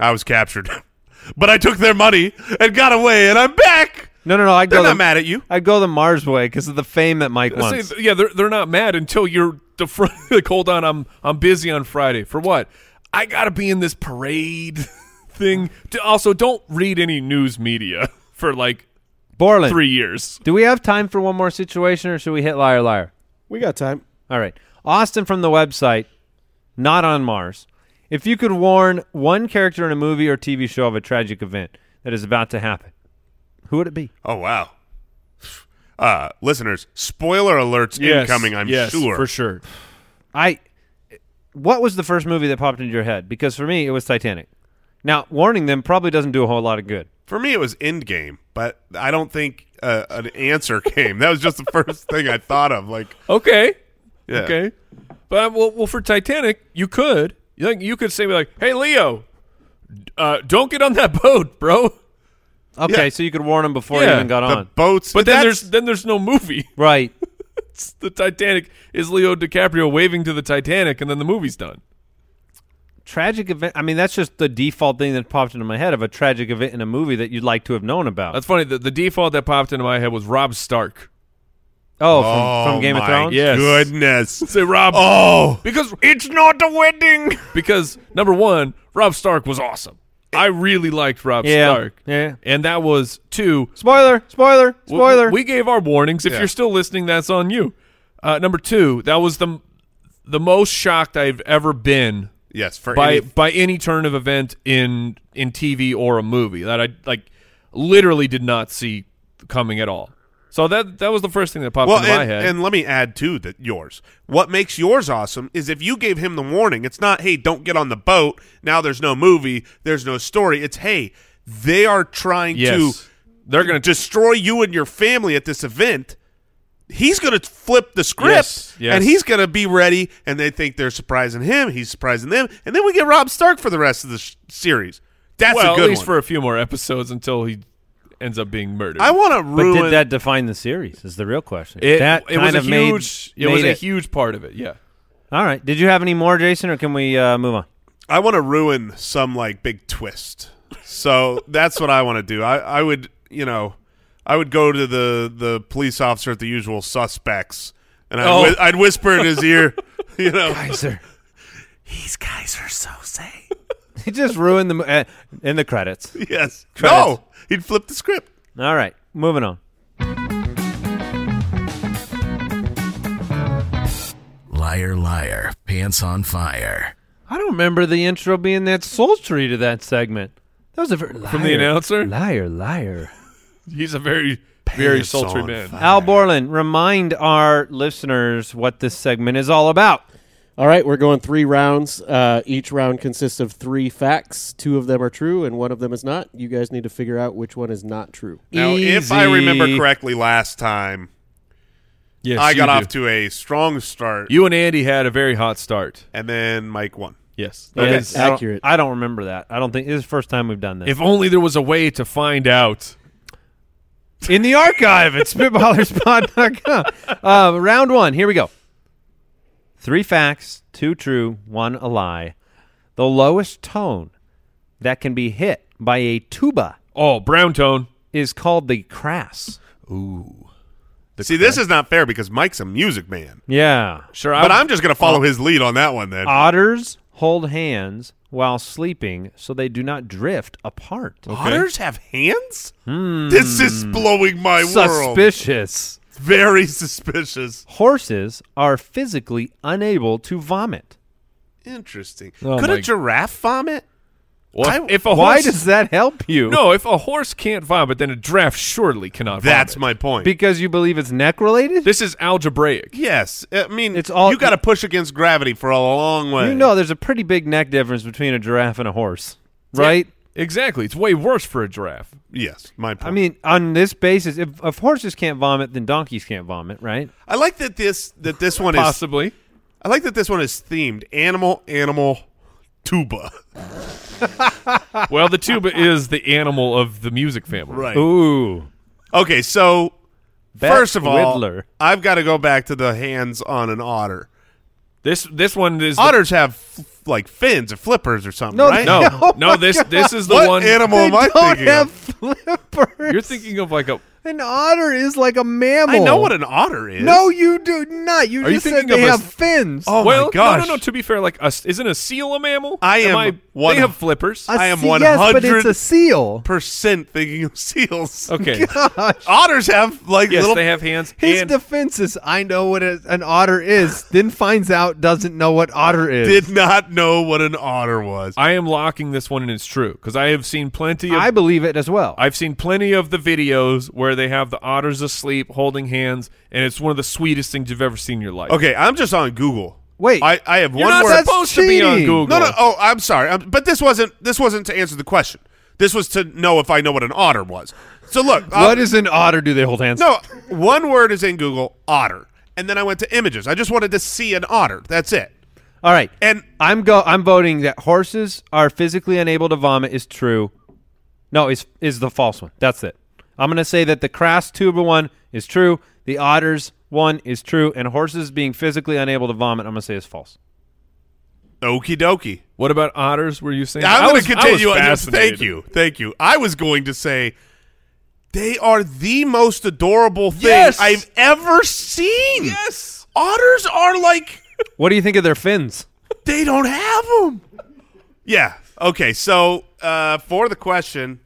Speaker 4: I was captured, <laughs> but I took their money and got away, and I'm back.
Speaker 3: No, no, no. I'd
Speaker 4: They're
Speaker 3: go
Speaker 4: not
Speaker 3: the,
Speaker 4: mad at you.
Speaker 3: I'd go the Mars way because of the fame that Mike
Speaker 1: Let's
Speaker 3: wants.
Speaker 1: say- yeah, they're, they're not mad until you're the front. <laughs> Like, hold on, I'm I'm busy on Friday. For what? I gotta be in this parade <laughs> thing. To- Also, don't read any news media <laughs> for like
Speaker 3: Borland,
Speaker 1: three years.
Speaker 3: do we have time for one more situation, or should we hit liar liar?
Speaker 5: We got time.
Speaker 3: All right, Austin from the website, not on Mars. If you could warn one character in a movie or TV show of a tragic event that is about to happen, who would it be?
Speaker 4: Oh wow. <sighs> Uh, listeners, spoiler alerts
Speaker 1: Yes,
Speaker 4: incoming. I'm
Speaker 1: yes,
Speaker 4: sure.
Speaker 1: for sure.
Speaker 3: I. What was the first movie that popped into your head? Because for me, it was Titanic. Now, warning them probably doesn't do a whole lot of good.
Speaker 4: For me, it was Endgame, but I don't think uh, an answer came. That was just the first thing I thought of. Like,
Speaker 1: Okay.
Speaker 4: yeah.
Speaker 1: Okay. But well, well, for Titanic, you could you like you could say like, "Hey, Leo, uh, don't get on that <laughs> boat, bro."
Speaker 3: Okay,
Speaker 4: Yeah.
Speaker 3: so you could warn them before you
Speaker 1: Yeah,
Speaker 3: even got
Speaker 4: the
Speaker 3: on.
Speaker 4: boats.
Speaker 1: But then
Speaker 4: that's-
Speaker 1: there's then there's no movie. <laughs>
Speaker 3: right.
Speaker 1: It's the Titanic is Leo DiCaprio waving to the Titanic, and then the movie's done.
Speaker 3: tragic event. I mean, that's just the default thing that popped into my head of a tragic event in a movie that you'd like to have known about.
Speaker 1: That's funny. The, the default that popped into my head was Rob Stark.
Speaker 3: oh, from,
Speaker 4: oh,
Speaker 3: from Game of
Speaker 4: my
Speaker 3: Thrones.
Speaker 1: Yes. <laughs>
Speaker 4: Goodness.
Speaker 1: Say Rob
Speaker 4: Oh,
Speaker 1: because
Speaker 6: It's not the wedding.
Speaker 1: because number one, Rob Stark was awesome. I really liked Rob
Speaker 3: Yeah.
Speaker 1: Stark.
Speaker 3: Yeah.
Speaker 1: And that was two.
Speaker 3: Spoiler! Spoiler!
Speaker 1: W-
Speaker 3: Spoiler!
Speaker 1: We gave our warnings. If
Speaker 4: Yeah.
Speaker 1: you're still listening, that's on you. Uh, number two, that was the the most shocked I've ever been
Speaker 4: yes. For
Speaker 1: by
Speaker 4: any-
Speaker 1: by any turn of event in in TV or a movie that I like literally did not see coming at all. So that that was the first thing that popped
Speaker 4: well,
Speaker 1: into my
Speaker 4: and,
Speaker 1: head.
Speaker 4: and let me add too that yours. What makes yours awesome is if you gave him the warning. It's not, hey, don't get on the boat. Now there's no movie. There's no story. It's hey, they are trying
Speaker 1: yes,
Speaker 4: to
Speaker 1: they're gonna
Speaker 4: destroy you and your family at this event. He's going to flip the script
Speaker 1: Yes, yes.
Speaker 4: and he's going to be ready. And they think they're surprising him. He's surprising them. And then we get Rob Stark for the rest of the sh- series. That's
Speaker 1: well
Speaker 4: a good
Speaker 1: at least
Speaker 4: one.
Speaker 1: for a few more episodes until he ends up being murdered.
Speaker 4: I want to
Speaker 3: but
Speaker 4: ruin.
Speaker 3: did that define the series? Is the real question.
Speaker 1: it,
Speaker 3: that
Speaker 1: it
Speaker 3: kind
Speaker 1: was a
Speaker 3: of made-
Speaker 1: huge
Speaker 3: Made,
Speaker 1: it was a
Speaker 3: it.
Speaker 1: huge part of it. Yeah.
Speaker 3: All right. Did you have any more, Jason, or can we uh, move on?
Speaker 4: I want to ruin some like big twist. So that's what I want to do. I, I would, you know, I would go to the the police officer at the usual suspects, and I'd,
Speaker 1: Oh.
Speaker 4: whi-
Speaker 1: <laughs>
Speaker 4: I'd whisper in his ear, you know,
Speaker 3: Kaiser.
Speaker 4: these guys are so safe.
Speaker 3: <laughs> He just ruined the mo- uh, in the credits.
Speaker 4: Yes.
Speaker 3: Credits.
Speaker 4: No, he'd flip the script.
Speaker 3: All right, moving on.
Speaker 2: Liar, liar, pants on fire.
Speaker 3: I don't remember the intro being that sultry to that segment. That was a very
Speaker 1: From the announcer?
Speaker 3: Liar, liar.
Speaker 1: He's a very, very
Speaker 4: Pants
Speaker 1: sultry
Speaker 4: on
Speaker 1: man.
Speaker 4: fire.
Speaker 3: Al Borland, remind our listeners what this segment is all about.
Speaker 5: All right, we're going three rounds. Uh, each round consists of three facts. Two of them are true, and one of them is not. You guys need to figure out which one is not true.
Speaker 4: Now, if I remember
Speaker 3: Easy.
Speaker 4: correctly last time,
Speaker 1: Yes,
Speaker 4: I
Speaker 1: you
Speaker 4: got
Speaker 1: do.
Speaker 4: off to a strong start,
Speaker 1: You and Andy had a very hot start.
Speaker 4: and then Mike won.
Speaker 1: Yes.
Speaker 5: Yeah,
Speaker 1: That
Speaker 5: it's
Speaker 1: is-
Speaker 3: I don't-
Speaker 5: accurate.
Speaker 3: I don't remember that. I don't think this is the first time we've done this.
Speaker 1: if only there was a way to find out.
Speaker 3: <laughs> In the archive at
Speaker 4: <laughs>
Speaker 3: spitballerspod.com. Uh, round one. Here we go. Three facts, two true, one a lie. The lowest tone that can be hit by a tuba
Speaker 1: Oh, brown tone.
Speaker 3: is called the crass.
Speaker 4: See, this is not fair because Mike's a music man.
Speaker 3: Yeah.
Speaker 1: Sure,
Speaker 4: But
Speaker 1: I,
Speaker 4: I'm just going to follow his lead on that one then.
Speaker 3: Otters hold hands while sleeping so they do not drift apart.
Speaker 4: Otters have hands? This is blowing my world.
Speaker 3: Suspicious.
Speaker 4: It's Very suspicious.
Speaker 3: Horses are physically unable to vomit.
Speaker 4: Interesting.
Speaker 1: Oh
Speaker 4: Could
Speaker 1: my-
Speaker 4: a giraffe vomit?
Speaker 1: Well,
Speaker 4: I-
Speaker 1: if a
Speaker 3: Why
Speaker 1: horse,
Speaker 3: does that help you?
Speaker 1: no, if a horse can't vomit, then a draft surely cannot.
Speaker 4: That's
Speaker 1: vomit.
Speaker 4: my point.
Speaker 3: Because you believe it's neck related?
Speaker 1: This is algebraic.
Speaker 4: yes, I mean
Speaker 3: It's all-
Speaker 4: you got to push against gravity for a long way.
Speaker 3: You know there's a pretty big neck difference between a giraffe and a horse, right?
Speaker 1: Exactly. It's way worse for a giraffe.
Speaker 4: Yes, my point.
Speaker 3: I mean, on this basis, if, if horses can't vomit, then donkeys can't vomit, right?
Speaker 4: I like that this that this one is.
Speaker 1: Possibly.
Speaker 4: I like that this one is themed animal, animal, tuba. <laughs>
Speaker 1: well, the tuba is the animal of the music family.
Speaker 3: Ooh.
Speaker 4: Okay, so
Speaker 3: Beth
Speaker 4: first of all,
Speaker 3: Whittler.
Speaker 4: I've got to go back to the hands on an otter.
Speaker 1: This this one is the-
Speaker 4: Otters have f- like fins or flippers or something,
Speaker 3: No,
Speaker 4: right? <laughs>
Speaker 1: no,
Speaker 3: Oh
Speaker 1: no.
Speaker 3: my
Speaker 1: This this is the
Speaker 4: What
Speaker 1: one
Speaker 4: animal
Speaker 3: They
Speaker 4: am I
Speaker 3: don't
Speaker 4: thinking
Speaker 3: have <laughs>
Speaker 4: of?
Speaker 3: flippers.
Speaker 1: you're thinking of. Like a
Speaker 3: An otter is like a mammal.
Speaker 4: I know what an otter is.
Speaker 3: No, you do not. You
Speaker 1: Are you
Speaker 3: just said
Speaker 1: thinking
Speaker 3: they
Speaker 1: of a
Speaker 3: have
Speaker 1: s-
Speaker 3: fins.
Speaker 4: Oh
Speaker 1: well,
Speaker 4: my gosh!
Speaker 1: no, no, no. To be fair, like a, s- isn't a seal a mammal?
Speaker 4: I am one-
Speaker 1: They have flippers.
Speaker 3: A
Speaker 4: I am
Speaker 3: se- Yes, but it's
Speaker 4: 100
Speaker 3: a seal.
Speaker 4: Percent thinking of
Speaker 1: <laughs>
Speaker 4: seals. <laughs>
Speaker 1: okay.
Speaker 4: Otters have like
Speaker 1: Yes,
Speaker 4: little.
Speaker 1: they have hands.
Speaker 3: His
Speaker 1: and
Speaker 3: defense is, I know what a, an otter is. then finds out doesn't know what otter is.
Speaker 4: did not know what an otter was.
Speaker 1: I am locking this one, and it's true because I have seen plenty of.
Speaker 3: I believe it as well.
Speaker 1: I've seen plenty of the videos where they have the otters asleep holding hands, and it's one of the sweetest things you've ever seen in your life.
Speaker 4: Okay, I'm just on Google.
Speaker 3: Wait.
Speaker 4: I, I have
Speaker 1: You're
Speaker 4: one
Speaker 1: not
Speaker 4: word.
Speaker 3: that's
Speaker 1: supposed to be on
Speaker 3: cheating.
Speaker 1: Google.
Speaker 4: No, no. Oh, I'm sorry. i but this wasn't this wasn't to answer the question. This was to know if I know what an otter was. So look, uh,
Speaker 3: what is an otter? Do they hold hands?
Speaker 4: no one word is in Google otter, and then I went to images. I just wanted to see an otter. That's it.
Speaker 3: All right.
Speaker 4: And
Speaker 3: I'm go. I'm voting that horses are physically unable to vomit is true. No, is is the false one. That's it. I'm gonna say that the crass tuba one is true. The otters one is true, and horses being physically unable to vomit. I'm gonna say is false.
Speaker 4: okie dokie.
Speaker 1: What about otters? Were you saying? I
Speaker 4: I'm going
Speaker 1: was-
Speaker 4: to
Speaker 1: I was
Speaker 4: continue on <laughs> this.
Speaker 1: fascinated.
Speaker 4: Thank you, thank you. I was going to say they are the most adorable thing
Speaker 1: Yes.
Speaker 4: I've ever seen.
Speaker 1: Yes.
Speaker 4: otters are like
Speaker 3: What do you think of their fins?
Speaker 4: They don't have them. Yeah. Okay. So uh, for the question,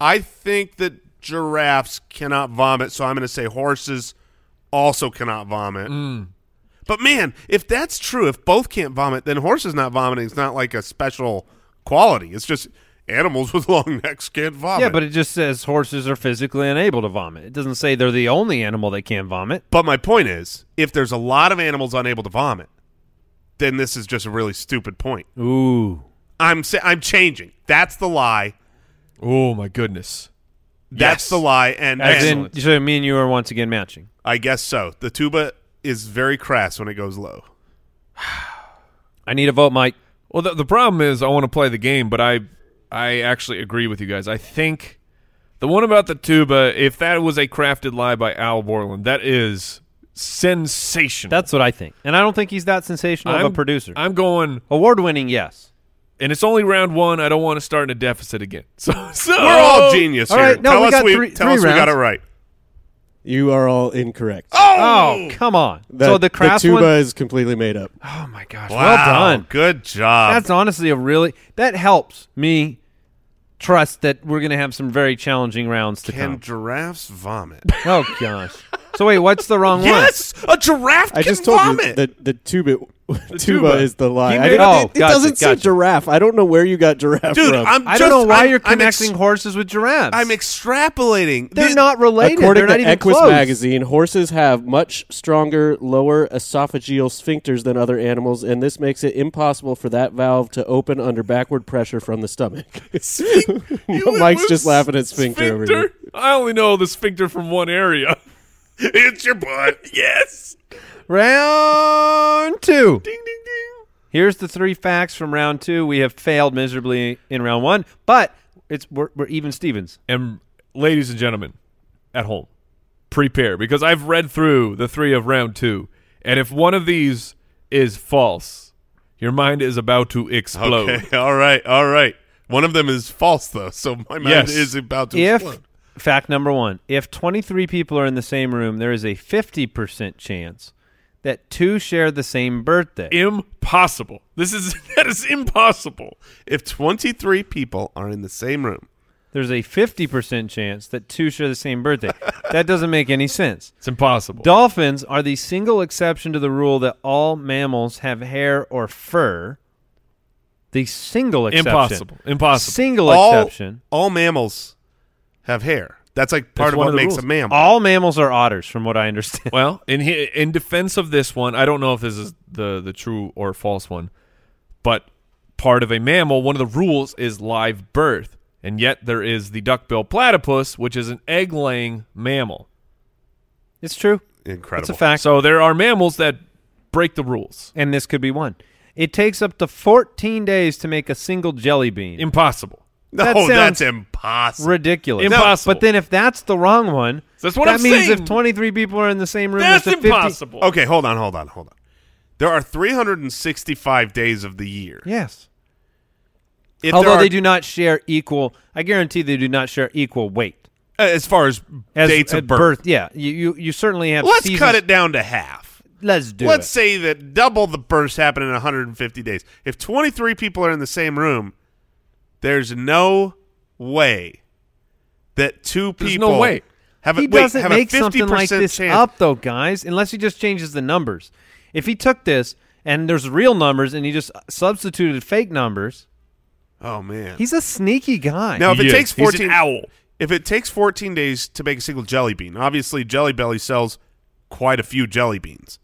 Speaker 4: I think that giraffes cannot vomit, so I'm going to say horses also cannot vomit. But man, if that's true, if both can't vomit, then horses not vomiting is not like a special quality. It's just animals <laughs> with long necks can't vomit.
Speaker 3: Yeah, but it just says horses are physically unable to vomit. It doesn't say they're the only animal that can vomit.
Speaker 4: but my point is, if there's a lot of animals unable to vomit, then this is just a really stupid point.
Speaker 3: Mm. Ooh.
Speaker 4: I'm sa- I'm changing. That's the lie.
Speaker 1: Oh my goodness.
Speaker 4: That's
Speaker 1: Yes.
Speaker 4: the lie, and,
Speaker 3: As
Speaker 4: and
Speaker 3: in, so me and you are once again matching.
Speaker 4: I guess so. The tuba is very crass when it goes low.
Speaker 3: I need a vote, Mike.
Speaker 1: Well, the, the problem is I want to play the game, but I I actually agree with you guys. I think the one about the tuba, if that was a crafted lie by Al Borland, that is sensational.
Speaker 3: That's what I think. And I don't think he's that sensational of a producer.
Speaker 1: I'm going,
Speaker 3: Award winning, yes.
Speaker 1: and it's only round one. I don't want to start in a deficit again. <laughs> So, so
Speaker 4: We're all genius
Speaker 3: Oh, all
Speaker 4: here.
Speaker 3: right, no,
Speaker 4: tell
Speaker 3: we
Speaker 4: us
Speaker 3: got
Speaker 4: we
Speaker 3: three-
Speaker 4: tell
Speaker 3: three
Speaker 4: us we got
Speaker 3: rounds.
Speaker 4: it right.
Speaker 5: You are all incorrect.
Speaker 3: Oh, come on.
Speaker 5: That-
Speaker 3: so the craft
Speaker 5: tuba
Speaker 3: one.
Speaker 5: is completely made up.
Speaker 3: Oh my gosh.
Speaker 4: Wow,
Speaker 3: Well done.
Speaker 4: Good job.
Speaker 3: That's honestly a really that helps me trust that we're gonna have some very challenging rounds to
Speaker 4: Can
Speaker 3: come.
Speaker 4: giraffes vomit?
Speaker 3: <laughs> Oh gosh. So wait, what's the
Speaker 4: <laughs>
Speaker 3: wrong
Speaker 4: yes, a giraffe
Speaker 5: I
Speaker 4: can
Speaker 5: just told you
Speaker 4: vomit.
Speaker 5: that the tuba <laughs> tuba,
Speaker 1: tuba.
Speaker 5: is the lie.
Speaker 3: He
Speaker 5: I
Speaker 3: made
Speaker 5: don't-
Speaker 3: it- Oh,
Speaker 5: it, it
Speaker 3: gotcha,
Speaker 5: doesn't say
Speaker 3: gotcha.
Speaker 5: giraffe. I don't know where you got giraffe
Speaker 4: Dude,
Speaker 5: from.
Speaker 4: I'm
Speaker 3: one? I
Speaker 4: just,
Speaker 3: don't know why
Speaker 4: I'm-
Speaker 3: you're
Speaker 4: I'm ex-
Speaker 3: connecting horses with giraffes.
Speaker 4: I'm extrapolating.
Speaker 3: They're
Speaker 4: Thi-
Speaker 3: not related.
Speaker 5: According
Speaker 3: They're not
Speaker 5: to
Speaker 3: even
Speaker 5: Equus
Speaker 3: close.
Speaker 5: magazine, horses have much stronger lower esophageal sphincters than other animals, and this makes it impossible for that valve to open under backward pressure from
Speaker 3: <laughs>
Speaker 5: the stomach. <laughs>
Speaker 4: You-
Speaker 5: Mike's
Speaker 4: you-
Speaker 5: just laughing at sphincter, over here.
Speaker 1: Sphincter? I only know the sphincter from one area. <laughs>
Speaker 4: It's your butt. Yes.
Speaker 3: Round two.
Speaker 4: Ding ding ding.
Speaker 3: Here's the three facts from round two. We have failed miserably in round one, but it's we're, we're even Stevens.
Speaker 1: And ladies and gentlemen, at home, prepare because I've read through the three of round two, and if one of these is false, your mind is about to explode.
Speaker 4: Okay. All right. All right. One of them is false though, so my mind
Speaker 1: Yes.
Speaker 4: is about to
Speaker 3: If
Speaker 4: explode.
Speaker 3: fact number one, if 23 people are in the same room, there is a 50% chance that two share the same birthday.
Speaker 1: <laughs> Impossible. This is <laughs> that is impossible.
Speaker 4: If 23 people are in the same room,
Speaker 3: There's a 50% chance that two share the same birthday. that doesn't make any sense.
Speaker 1: It's impossible.
Speaker 3: Dolphins are the single exception to the rule that all mammals have hair or fur. The single exception.
Speaker 1: impossible. Impossible.
Speaker 3: Single
Speaker 4: all,
Speaker 3: exception.
Speaker 4: all mammals have hair. That's like part
Speaker 1: That's
Speaker 4: of
Speaker 1: one
Speaker 4: what
Speaker 1: of the
Speaker 4: makes
Speaker 1: rules.
Speaker 4: a mammal.
Speaker 3: All mammals are otters, from what I understand.
Speaker 1: Well, in hi- in defense of this one, I don't know if this is the the true or false one, but part of a mammal, one of the rules is live birth, and yet there is the duckbill platypus, which is an egg-laying mammal.
Speaker 3: It's true.
Speaker 4: Incredible.
Speaker 3: It's a fact.
Speaker 1: So there are mammals that break the rules.
Speaker 3: and this could be one. It takes up to 14 days to make a single jelly bean.
Speaker 1: Impossible.
Speaker 4: no,
Speaker 3: that
Speaker 4: that's
Speaker 3: sounds
Speaker 4: impossible.
Speaker 3: Ridiculous.
Speaker 1: Impossible.
Speaker 3: But then if that's the wrong one,
Speaker 1: That's what
Speaker 3: that
Speaker 1: I'm
Speaker 3: means
Speaker 1: saying.
Speaker 3: if 23 people are in the same room,
Speaker 1: That's
Speaker 3: there's a 50
Speaker 1: impossible.
Speaker 4: okay, hold on, hold on, hold on. There are 365 days of the year.
Speaker 3: Yes.
Speaker 4: If there
Speaker 3: Although
Speaker 4: are-
Speaker 3: they do not share equal, I guarantee they do not share equal weight.
Speaker 4: uh, as far as,
Speaker 3: As-
Speaker 4: dates
Speaker 3: at
Speaker 4: of birth.
Speaker 3: Yeah. You, you, you certainly have
Speaker 4: Let's
Speaker 3: seasons-
Speaker 4: cut it down to half.
Speaker 3: Let's do
Speaker 4: Let's
Speaker 3: it.
Speaker 4: say that double the births happen in 150 days. If 23 people are in the same room, there's no way that two
Speaker 1: There's
Speaker 4: people
Speaker 1: no way.
Speaker 4: have a,
Speaker 3: He
Speaker 4: wait,
Speaker 3: doesn't
Speaker 4: have
Speaker 3: make
Speaker 4: a 50%
Speaker 3: something like this
Speaker 4: chance.
Speaker 3: up, though, guys, unless he just changes the numbers. If he took this and there's real numbers and he just substituted fake numbers,
Speaker 4: Oh man.
Speaker 3: he's a sneaky guy.
Speaker 4: Now, if it
Speaker 1: He is.
Speaker 4: takes
Speaker 1: He's an
Speaker 4: 14
Speaker 1: owl.
Speaker 4: If it takes 14 days to make a single jelly bean, obviously Jelly Belly sells quite a few jelly beans.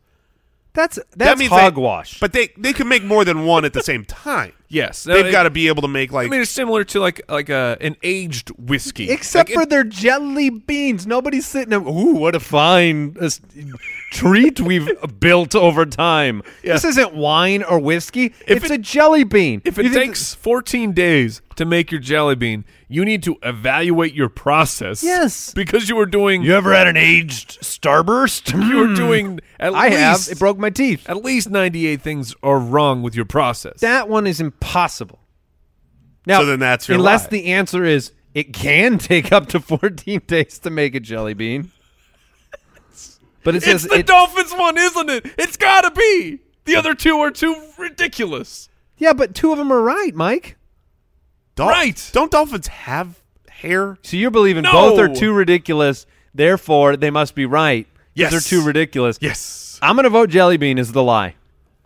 Speaker 3: That's
Speaker 4: That
Speaker 3: that's
Speaker 4: means they-
Speaker 3: hogwash.
Speaker 4: but they they can make more than one at the
Speaker 1: <laughs>
Speaker 4: same time.
Speaker 1: Yes,
Speaker 4: They've
Speaker 1: Uh,
Speaker 4: got to be able to make like
Speaker 1: I mean, it's similar to like like a an aged whiskey,
Speaker 3: Except
Speaker 1: Like,
Speaker 3: for
Speaker 1: it-
Speaker 3: their jelly beans. Nobody's sitting there, ooh, what a fine uh, s- treat
Speaker 4: <laughs>
Speaker 3: we've built over time. This isn't wine or whiskey. it's
Speaker 1: it-
Speaker 3: a jelly bean.
Speaker 1: If it
Speaker 3: You think-
Speaker 1: takes 14 days to make your jelly bean, you need to evaluate your process.
Speaker 3: Yes.
Speaker 1: Because you were doing
Speaker 6: You ever had an aged starburst?
Speaker 1: you were doing at
Speaker 3: Hmm. I have,
Speaker 1: least
Speaker 3: it broke my teeth.
Speaker 1: at least 98 things are wrong with your process.
Speaker 3: That one is impossible. Now,
Speaker 4: So then that's your
Speaker 3: unless
Speaker 4: lie.
Speaker 3: the answer is it can <laughs> take up to 14 days to make a jelly bean. But it
Speaker 1: it's
Speaker 3: says
Speaker 1: the
Speaker 3: it,
Speaker 1: Dolphins one, isn't it? It's got to be. The other two are too ridiculous.
Speaker 3: yeah, but two of them are right, Mike.
Speaker 4: Dol-
Speaker 1: Right.
Speaker 4: Don't dolphins have hair?
Speaker 3: So you're believing
Speaker 1: No.
Speaker 3: both are too ridiculous, therefore they must be right. 'cause
Speaker 1: Yes.
Speaker 3: They're too ridiculous.
Speaker 1: Yes.
Speaker 3: I'm going to vote jelly bean is the lie.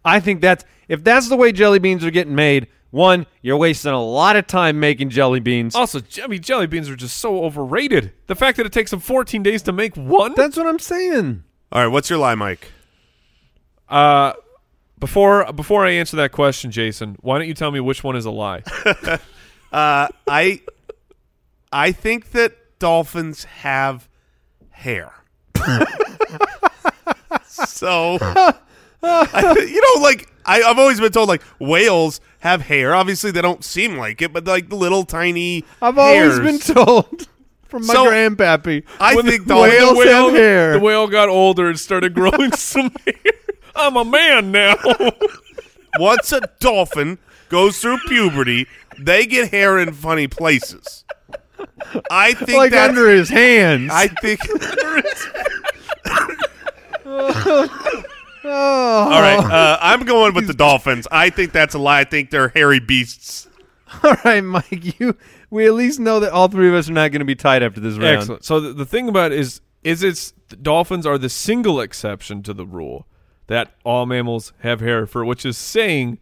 Speaker 3: I think that's if that's the way jelly beans are getting made, one, you're wasting a lot of time making jelly beans.
Speaker 1: Also, j- I mean, jelly beans are just so overrated. The fact that it takes them 14 days to make one?
Speaker 3: That's what I'm saying.
Speaker 4: All right, what's your lie, Mike?
Speaker 1: Uh before before I answer that question, Jason, why don't you tell me which one is a lie?
Speaker 4: I I think that dolphins have hair. so I- you know, like I, I've always been told, like whales have hair. Obviously, they don't seem like it, but like the little tiny.
Speaker 3: I've always been
Speaker 4: hairs.
Speaker 3: told <laughs> from my
Speaker 4: So-
Speaker 3: grandpappy.
Speaker 4: I
Speaker 1: When
Speaker 4: think
Speaker 1: the
Speaker 4: dolphins.
Speaker 3: whales
Speaker 1: the whale,
Speaker 3: have hair.
Speaker 1: The whale got older and started
Speaker 3: <laughs>
Speaker 1: growing some hair. I'm a man now.
Speaker 4: once a dolphin goes through puberty, they get hair in funny places. I think
Speaker 3: like
Speaker 4: that
Speaker 3: under his hands.
Speaker 4: I think
Speaker 1: Oh.
Speaker 4: All right, uh, I'm going with the Dolphins. I think that's a lie. I think they're hairy beasts.
Speaker 3: <laughs> all right, Mike, you we at least know that all three of us are not going to be tied after this round.
Speaker 1: Excellent. So the, the thing about it is is it's the dolphins are the single exception to the rule that all mammals have hair for, which is saying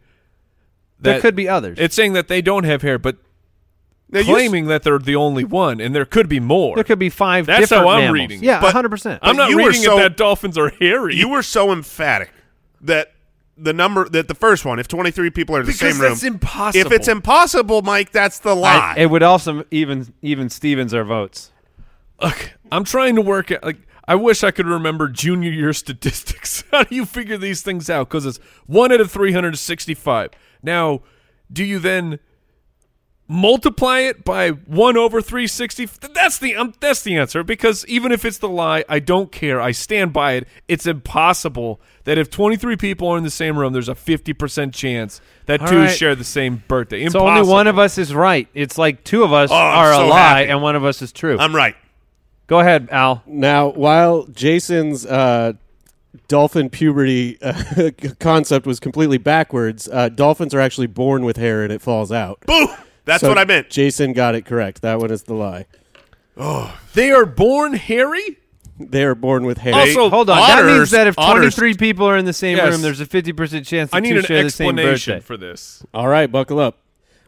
Speaker 1: that
Speaker 3: There could be others.
Speaker 1: It's saying that they don't have hair, but
Speaker 4: Now, you-
Speaker 1: claiming that they're the only one, and there could be more.
Speaker 3: there could be five.
Speaker 1: That's
Speaker 3: different
Speaker 1: how I'm
Speaker 3: mammals.
Speaker 1: reading it,
Speaker 3: Yeah,
Speaker 4: but-
Speaker 3: hundred percent.
Speaker 1: I'm not
Speaker 4: you were
Speaker 1: reading
Speaker 4: so-
Speaker 1: it that dolphins are hairy.
Speaker 4: you were so emphatic that the number that the first one, if 23 people are in the
Speaker 1: Because
Speaker 4: same room,
Speaker 1: that's impossible.
Speaker 4: If it's impossible, Mike, that's the lie.
Speaker 3: It would also even even Stevens our votes.
Speaker 1: Look, I'm trying to work out. Like, I wish I could remember junior year <laughs> statistics. How do you figure these things out? Because it's one out of 365. Now, do you then multiply it by one over 360? Th- That's the um, that's the answer. Because even if it's the lie, I don't care. I stand by it. It's impossible that if 23 people are in the same room, there's a 50 percent chance that
Speaker 3: All
Speaker 1: two
Speaker 3: right.
Speaker 1: share the same birthday.
Speaker 3: So
Speaker 1: Impossible.
Speaker 3: only one of us is right. It's like two of us
Speaker 1: Oh,
Speaker 4: I'm
Speaker 3: are a
Speaker 4: so
Speaker 3: lie
Speaker 4: happy.
Speaker 3: and one of us is true.
Speaker 4: I'm right.
Speaker 3: Go ahead, Al.
Speaker 5: Now, while Jason's uh, dolphin puberty uh, <laughs> concept was completely backwards, uh, dolphins are actually born with hair and it falls out.
Speaker 4: Boo! That's
Speaker 5: So
Speaker 4: what I meant.
Speaker 5: Jason got it correct. That one is the lie.
Speaker 1: They are born hairy.
Speaker 5: They are born with hair.
Speaker 1: Also-
Speaker 3: Hold on. that means
Speaker 4: Otters-
Speaker 3: that if
Speaker 4: otters-
Speaker 3: 23 people are in the same
Speaker 1: Yes.
Speaker 3: room, there's a 50% chance that
Speaker 1: I need
Speaker 3: two
Speaker 1: an
Speaker 3: share the same
Speaker 1: explanation
Speaker 3: birthday.
Speaker 1: for this.
Speaker 5: All right, buckle up.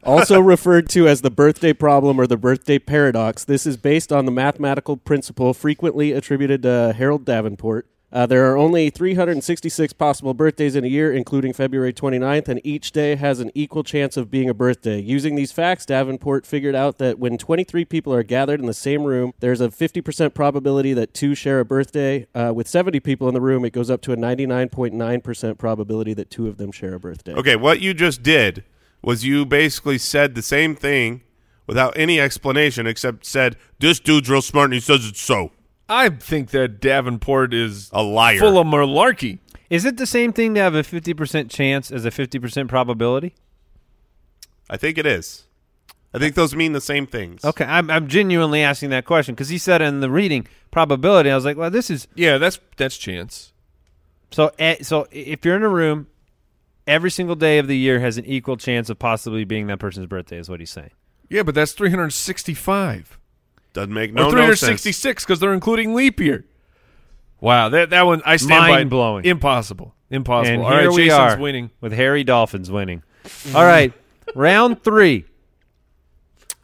Speaker 5: Also referred to as the birthday problem or the birthday paradox, this is based on the mathematical principle frequently attributed to Harold Davenport. Uh, there are only 366 possible birthdays in a year, including February 29th, and each day has an equal chance of being a birthday. Using these facts, Davenport figured out that when 23 people are gathered in the same room, there's a 50% probability that two share a birthday. Uh, with 70 people in the room, it goes up to a 99.9% probability that two of them share a birthday.
Speaker 4: Okay, what you just did was you basically said the same thing without any explanation, except said this dude's real smart and he says it's so.
Speaker 1: I think that Davenport is
Speaker 4: A liar.
Speaker 1: full of malarkey.
Speaker 3: Is it the same thing to have a 50% chance as a 50% probability?
Speaker 4: I think it is. I think those mean the same things.
Speaker 3: Okay, I'm, I'm genuinely asking that question because he said in the reading probability. I was like, well, this is
Speaker 1: Yeah, that's that's chance.
Speaker 3: so. eh, So if you're in a room, every single day of the year has an equal chance of possibly being that person's birthday, is what he's saying.
Speaker 1: Yeah, but that's 365
Speaker 4: Doesn't make
Speaker 1: or
Speaker 4: no, no sense.
Speaker 1: 366 because they're including leap year. Wow, that that one I stand by.
Speaker 3: Mind-blowing.
Speaker 1: Impossible. Impossible.
Speaker 3: And
Speaker 1: All
Speaker 3: here
Speaker 1: right,
Speaker 3: we
Speaker 1: Jason's
Speaker 3: are
Speaker 1: winning.
Speaker 3: with Harry Dolphins winning. All right, <laughs> round three.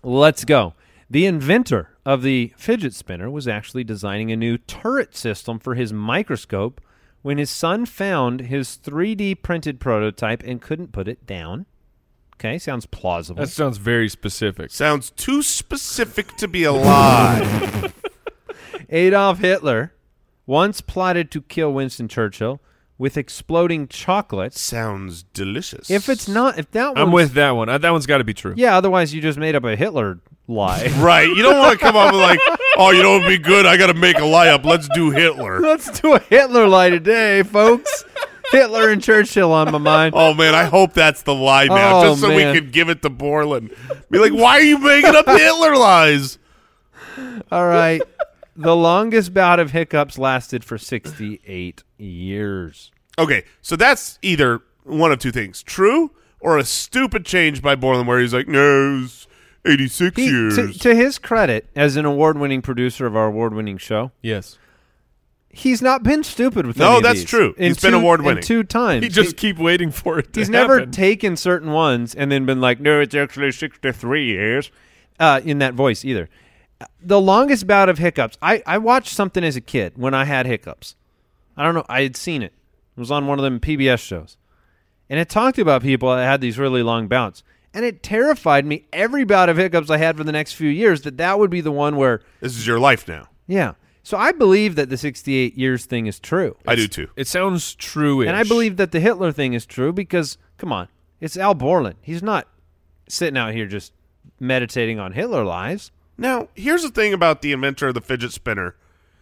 Speaker 3: Let's go. The inventor of the fidget spinner was actually designing a new turret system for his microscope when his son found his 3D printed prototype and couldn't put it down. Okay, sounds plausible.
Speaker 1: That sounds very specific.
Speaker 4: Sounds too specific to be a lie.
Speaker 3: Adolf Hitler once plotted to kill Winston Churchill with exploding chocolates.
Speaker 4: Sounds delicious.
Speaker 3: If it's not, if that
Speaker 1: I'm
Speaker 3: one's-
Speaker 1: with that one. Uh, that one's got to be true.
Speaker 3: Yeah, otherwise you just made up a Hitler lie. <laughs>
Speaker 4: Right. You don't want to come up with like, oh, you know what'd be good? I gotta make a lie up. Let's do Hitler.
Speaker 3: Let's do a Hitler lie today,
Speaker 4: <laughs>
Speaker 3: folks. Hitler and Churchill on my mind.
Speaker 4: Oh man, I hope that's the lie now,
Speaker 3: Oh,
Speaker 4: just so
Speaker 3: man.
Speaker 4: we can give it to Borland. Be like, why are you making up Hitler lies?
Speaker 3: All right. The longest bout of hiccups lasted for 68 years.
Speaker 4: Okay, so that's either one of two things: true or a stupid change by Borland, where he's like, no, it's eighty-six
Speaker 3: He,
Speaker 4: years.
Speaker 3: to, to his credit, as an award winning producer of our award winning show,
Speaker 1: Yes.
Speaker 3: he's not been stupid with
Speaker 4: No,
Speaker 3: any of
Speaker 4: that's
Speaker 3: these.
Speaker 4: true.
Speaker 3: In
Speaker 4: He's been
Speaker 3: two-
Speaker 4: award-winning.
Speaker 3: in Two times.
Speaker 1: He just keep waiting for it. To
Speaker 3: He's never
Speaker 1: happen.
Speaker 3: taken certain ones and then been like, no, it's actually 63 years uh, in that voice either. Uh, The longest bout of hiccups, I, I watched something as a kid when I had hiccups. I don't know. I had seen it. It was on one of them PBS shows. And it talked about people that had these really long bouts. And it terrified me every bout of hiccups I had for the next few years that that would be the one where,
Speaker 4: this is your life now.
Speaker 3: yeah. So I believe that the 68 years thing is true.
Speaker 4: I do too.
Speaker 1: It sounds true.
Speaker 3: And I believe that the Hitler thing is true because, come on, it's Al Borland. He's not sitting out here just meditating on Hitler lies.
Speaker 4: Now, here's the thing about the inventor of the fidget spinner.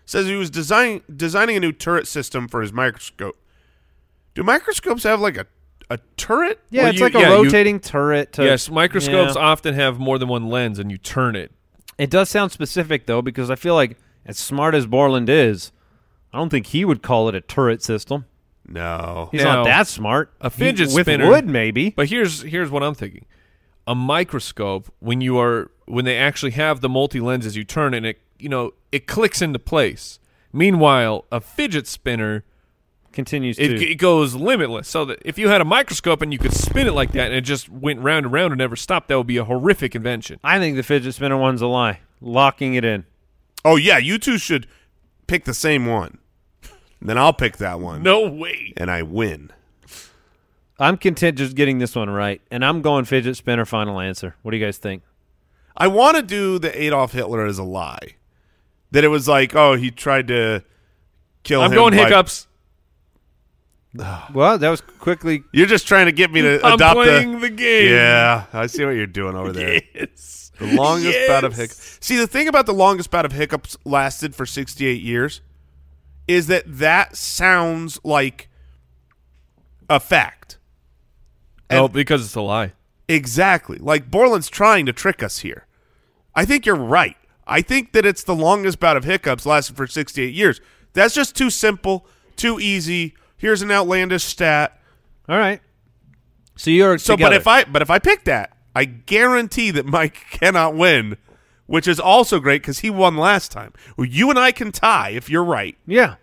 Speaker 4: Says he was design, designing a new turret system for his microscope. Do microscopes have like a, a turret?
Speaker 3: Yeah,
Speaker 1: Well,
Speaker 3: it's
Speaker 1: you-
Speaker 3: like a
Speaker 1: yeah, you-
Speaker 3: rotating turret. To,
Speaker 1: Yes, microscopes
Speaker 3: Yeah.
Speaker 1: often have more than one lens, and you turn it.
Speaker 3: It does sound specific though, because I feel like as smart as Borland is, I don't think he would call it a turret system.
Speaker 4: No.
Speaker 3: He's
Speaker 1: No.
Speaker 3: not that smart.
Speaker 1: A fidget
Speaker 3: he, with
Speaker 1: spinner-
Speaker 3: wood, maybe.
Speaker 1: But here's here's what I'm thinking. A microscope when you are when they actually have the multi lenses you turn and it you know it clicks into place. Meanwhile, a fidget spinner
Speaker 3: Continues
Speaker 1: it,
Speaker 3: to.
Speaker 1: it goes limitless. So that if you had a microscope and you could spin it like that and it just went round and round and never stopped, that would be a horrific invention.
Speaker 3: I think the fidget spinner one's a lie. Locking it in.
Speaker 4: Oh yeah, you two should pick the same one. Then I'll pick that one.
Speaker 1: No way.
Speaker 4: And I win.
Speaker 3: I'm content just getting this one right, and I'm going fidget spinner final answer. What do you guys think?
Speaker 4: I want to do the Adolf Hitler as a lie. That it was like, oh, he tried to kill
Speaker 1: I'm
Speaker 4: him
Speaker 1: going
Speaker 4: by-
Speaker 1: hiccups.
Speaker 3: Well, that was quickly.
Speaker 4: You're just trying to get me to
Speaker 1: I'm
Speaker 4: adopt
Speaker 1: playing the
Speaker 4: the
Speaker 1: game.
Speaker 4: Yeah, I see what you're doing over
Speaker 1: <laughs>
Speaker 4: there.
Speaker 1: Yes.
Speaker 3: <laughs>
Speaker 4: The longest
Speaker 1: Yes.
Speaker 4: bout of hiccups. See, the thing about the longest bout of hiccups lasted for 68 years is that that sounds like a fact.
Speaker 1: No,
Speaker 4: And-
Speaker 1: Oh, because it's a lie.
Speaker 4: Exactly. Like Borland's trying to trick us here. I think you're right. I think that it's the longest bout of hiccups lasted for 68 years. That's just too simple, too easy. Here's an outlandish stat.
Speaker 3: All right. So you're
Speaker 4: So,
Speaker 3: together.
Speaker 4: but if I but if I pick that, I guarantee that Mike <laughs> cannot win, which is also great because he won last time. Well, you and I can tie if you're right.
Speaker 3: yeah,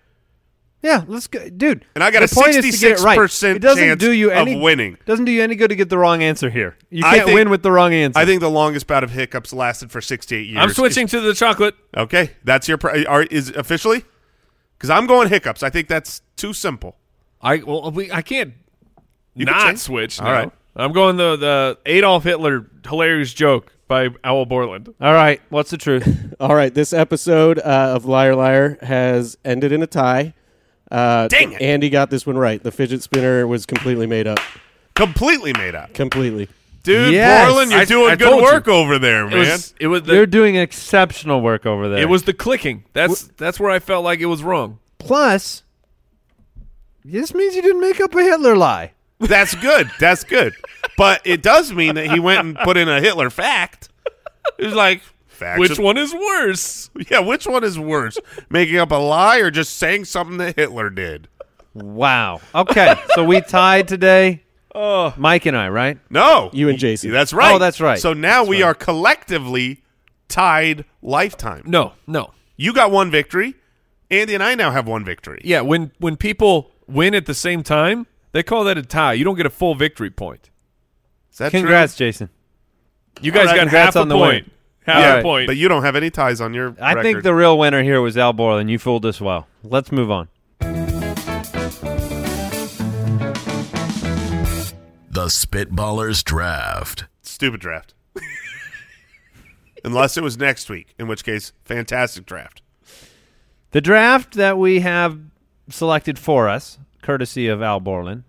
Speaker 3: yeah, let's go, dude.
Speaker 4: And I got
Speaker 3: the
Speaker 4: a
Speaker 3: point is to get it right.
Speaker 4: 66%
Speaker 3: It doesn't
Speaker 4: chance
Speaker 3: do you
Speaker 4: of
Speaker 3: any,
Speaker 4: winning.
Speaker 3: Doesn't do you any good to get the wrong answer here. You
Speaker 4: I
Speaker 3: can't
Speaker 4: think-
Speaker 3: win with the wrong answer.
Speaker 4: I think the longest bout of hiccups lasted for 68 years.
Speaker 1: I'm switching to the chocolate.
Speaker 4: Okay, that's your pri- are, is it officially because I'm going hiccups. I think that's too simple.
Speaker 1: I well, we, I can't
Speaker 4: can
Speaker 1: not
Speaker 4: change.
Speaker 1: switch.
Speaker 4: All
Speaker 1: now.
Speaker 4: right.
Speaker 1: I'm going the the Adolf Hitler hilarious joke by Owl Borland.
Speaker 3: All right, what's the truth?
Speaker 4: <laughs>
Speaker 5: All right, this episode uh, of Liar Liar has ended in a tie. Uh,
Speaker 4: Dang it.
Speaker 5: Andy got this one right. The fidget spinner was completely made up.
Speaker 4: Completely made up,
Speaker 5: Completely.
Speaker 4: dude.
Speaker 3: Yes.
Speaker 4: Borland, you're
Speaker 1: I-
Speaker 4: doing
Speaker 1: I
Speaker 4: good
Speaker 1: told you.
Speaker 4: work over there,
Speaker 1: It
Speaker 4: man.
Speaker 1: was it was the,
Speaker 3: You're doing exceptional work over there.
Speaker 1: it was the clicking. That's that's where I felt like it was wrong.
Speaker 3: plus. This means you didn't make up a Hitler lie.
Speaker 4: that's good. That's good. But it does mean that he went and put in a Hitler fact. It was like facts
Speaker 1: Which
Speaker 4: is-
Speaker 1: one is worse?
Speaker 4: <laughs> Yeah, which one is worse, making up a lie or just saying something that Hitler did?
Speaker 3: Wow. Okay, so
Speaker 4: <laughs>
Speaker 3: we tied today. Oh, Mike and I, right?
Speaker 4: No,
Speaker 5: You and Jason.
Speaker 4: That's right.
Speaker 3: Oh, that's right.
Speaker 4: So now we are collectively tied lifetime.
Speaker 1: No, no.
Speaker 4: You got one victory. Andy and I now have one victory.
Speaker 1: Yeah, when when people win at the same time, they call that a tie. You don't get a full victory point.
Speaker 4: Is that
Speaker 3: Congrats, Jason.
Speaker 1: You guys
Speaker 4: All right,
Speaker 1: got half
Speaker 3: congrats
Speaker 1: a
Speaker 3: on the
Speaker 1: point.
Speaker 3: win.
Speaker 1: Half
Speaker 3: All
Speaker 1: a
Speaker 3: right,
Speaker 1: point.
Speaker 4: true? But you don't have any ties on your.
Speaker 3: I think the real winner here was Al Borland. You fooled us well. Let's move on.
Speaker 2: The Spitballers Draft.
Speaker 4: stupid draft. <laughs> Unless it was next week, in which case, fantastic draft.
Speaker 3: The draft that we have selected for us, courtesy of Al Borland,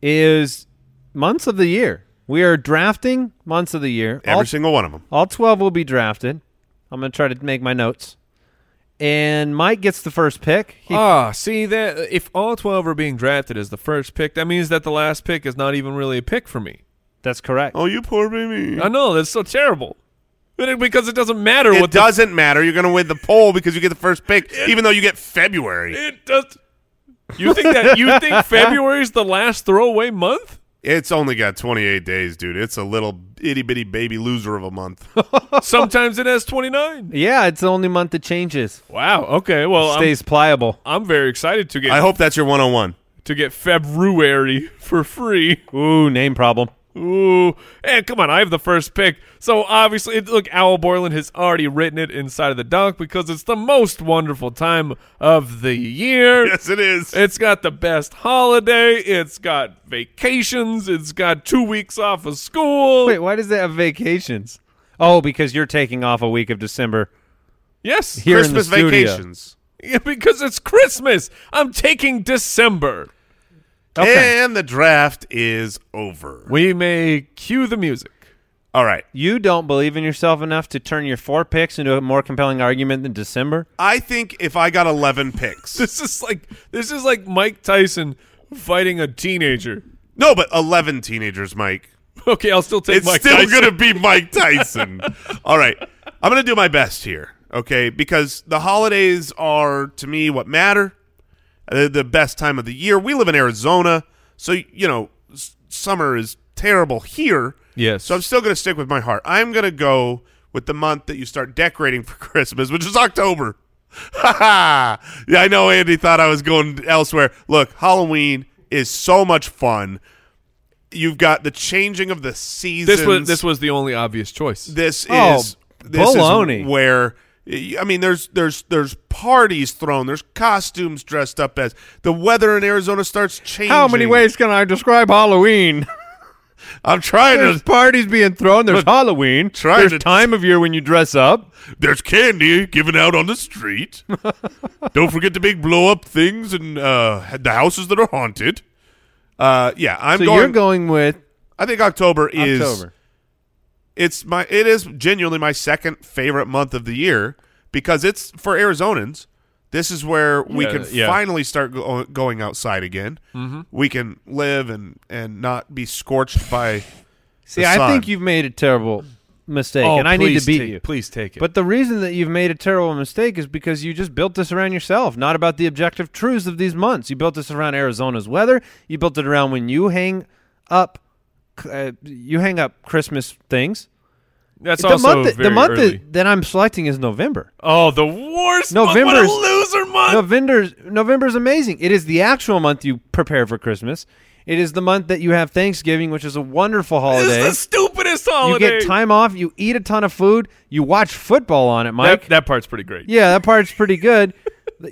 Speaker 3: is months of the year. We are drafting months of the year.
Speaker 4: Every
Speaker 3: All,
Speaker 4: single one of them.
Speaker 3: all 12 will be drafted. I'm going to try to make my notes. And Mike gets the first pick. He,
Speaker 4: Oh.
Speaker 1: Ah, see that if all twelve are being drafted as the first pick, that means that the last pick is not even really a pick for me.
Speaker 3: that's correct.
Speaker 4: Oh, you poor baby.
Speaker 1: I know that's so terrible. But it- Because it doesn't matter
Speaker 4: It
Speaker 1: what the
Speaker 4: doesn't matter. You're going to win the poll because you get the first pick, even though you get February.
Speaker 1: It does. You think that you
Speaker 4: <laughs>
Speaker 1: think February's the last throwaway month?
Speaker 4: It's only got 28 days, dude. It's a little itty bitty baby loser of
Speaker 3: <laughs>
Speaker 4: a month.
Speaker 1: Sometimes it has 29.
Speaker 3: Yeah, it's the only month that changes.
Speaker 1: Wow. Okay. Well, I'm,
Speaker 3: Stays pliable.
Speaker 1: I'm very excited to get
Speaker 4: I hope that's
Speaker 3: <laughs>
Speaker 4: your 101.
Speaker 1: to get February for free.
Speaker 3: Ooh, name problem.
Speaker 1: Ooh. And come on, I have the first pick. So obviously, it- look, Owl Borland has already written it inside of the dunk because it's the most wonderful time of the year.
Speaker 4: Yes, it is.
Speaker 1: It's got the best holiday. It's got vacations. It's got two weeks off of school.
Speaker 3: Wait, why does that have vacations? Oh, because you're taking off a week of December
Speaker 1: yes.
Speaker 3: here
Speaker 4: Christmas
Speaker 3: in the studio.
Speaker 4: vacations.
Speaker 1: <laughs> Yeah, because it's Christmas. I'm taking December.
Speaker 3: Okay.
Speaker 4: And the draft is over.
Speaker 1: We may cue the music. <laughs>
Speaker 4: All right.
Speaker 3: You don't believe in yourself enough to turn your four picks into a more compelling argument than December?
Speaker 4: I think if I got
Speaker 3: <laughs>
Speaker 4: 11 picks.
Speaker 1: This is like this is like Mike Tyson fighting a teenager. <laughs>
Speaker 4: No, but 11 teenagers, Mike.
Speaker 1: <laughs> Okay, I'll still take
Speaker 4: It's
Speaker 1: Mike
Speaker 4: still
Speaker 1: Tyson.
Speaker 4: going to be Mike Tyson. <laughs> All right. I'm going to do my best here, okay? Because the holidays are to me what matter. Uh, the best time of the year. We live in Arizona, so you know s- summer is terrible here.
Speaker 1: Yes.
Speaker 4: So I'm still going to stick with my heart. I'm going to go with the month that you start decorating for <laughs> Christmas, which is October. <laughs> Ha ha! Yeah, I know Andy thought I was going elsewhere. Look, Halloween is so much fun. You've got the changing of the seasons.
Speaker 1: This was this was the only obvious choice.
Speaker 4: This
Speaker 3: Oh,
Speaker 4: is this is
Speaker 3: baloney.
Speaker 4: where I mean there's there's there's parties thrown, there's costumes dressed up as the weather in Arizona starts changing.
Speaker 3: How many ways can I describe <laughs> Halloween?
Speaker 4: I'm trying
Speaker 3: There's
Speaker 4: to
Speaker 3: parties being thrown. There's Halloween.
Speaker 4: trying
Speaker 3: There's
Speaker 4: to-
Speaker 3: time of year when you dress up.
Speaker 4: there's candy given out on the
Speaker 3: <laughs>
Speaker 4: street. Don't forget the big blow up things and uh the houses that are haunted. Uh yeah, I'm
Speaker 3: So
Speaker 4: going,
Speaker 3: you're going with
Speaker 4: I think October is
Speaker 3: October.
Speaker 4: it's my it is genuinely my second favorite month of the year because it's for Arizonans. This is where we
Speaker 1: Yeah,
Speaker 4: can
Speaker 1: yeah.
Speaker 4: finally start go- going outside again. Mm-hmm. We can live and and not be
Speaker 1: <laughs>
Speaker 4: scorched by.
Speaker 3: See,
Speaker 4: the
Speaker 3: I
Speaker 4: sun.
Speaker 3: think you've made a terrible mistake,
Speaker 1: Oh,
Speaker 3: and I need
Speaker 1: please
Speaker 3: to beat
Speaker 1: take-
Speaker 3: you.
Speaker 1: Please take it.
Speaker 3: But the reason that you've made a terrible mistake is because you just built this around yourself, not about the objective truths of these months. You built this around Arizona's weather. You built it around when you hang up, uh, you hang up Christmas things.
Speaker 1: that's
Speaker 3: the
Speaker 1: also
Speaker 3: month, that-
Speaker 1: very
Speaker 3: the month
Speaker 1: early.
Speaker 3: that- that I'm selecting is November.
Speaker 1: oh, the worst.
Speaker 3: November
Speaker 1: What
Speaker 3: is-
Speaker 1: a loser month.
Speaker 3: November's November's amazing. It is the actual month you prepare for Christmas. It is the month that you have Thanksgiving, which is a wonderful
Speaker 1: This
Speaker 3: holiday.
Speaker 1: is the stupidest
Speaker 3: You
Speaker 1: holiday.
Speaker 3: get time off. You eat a ton of food. You watch football on it, Mike.
Speaker 1: That, that part's pretty great.
Speaker 3: yeah, that part's pretty good.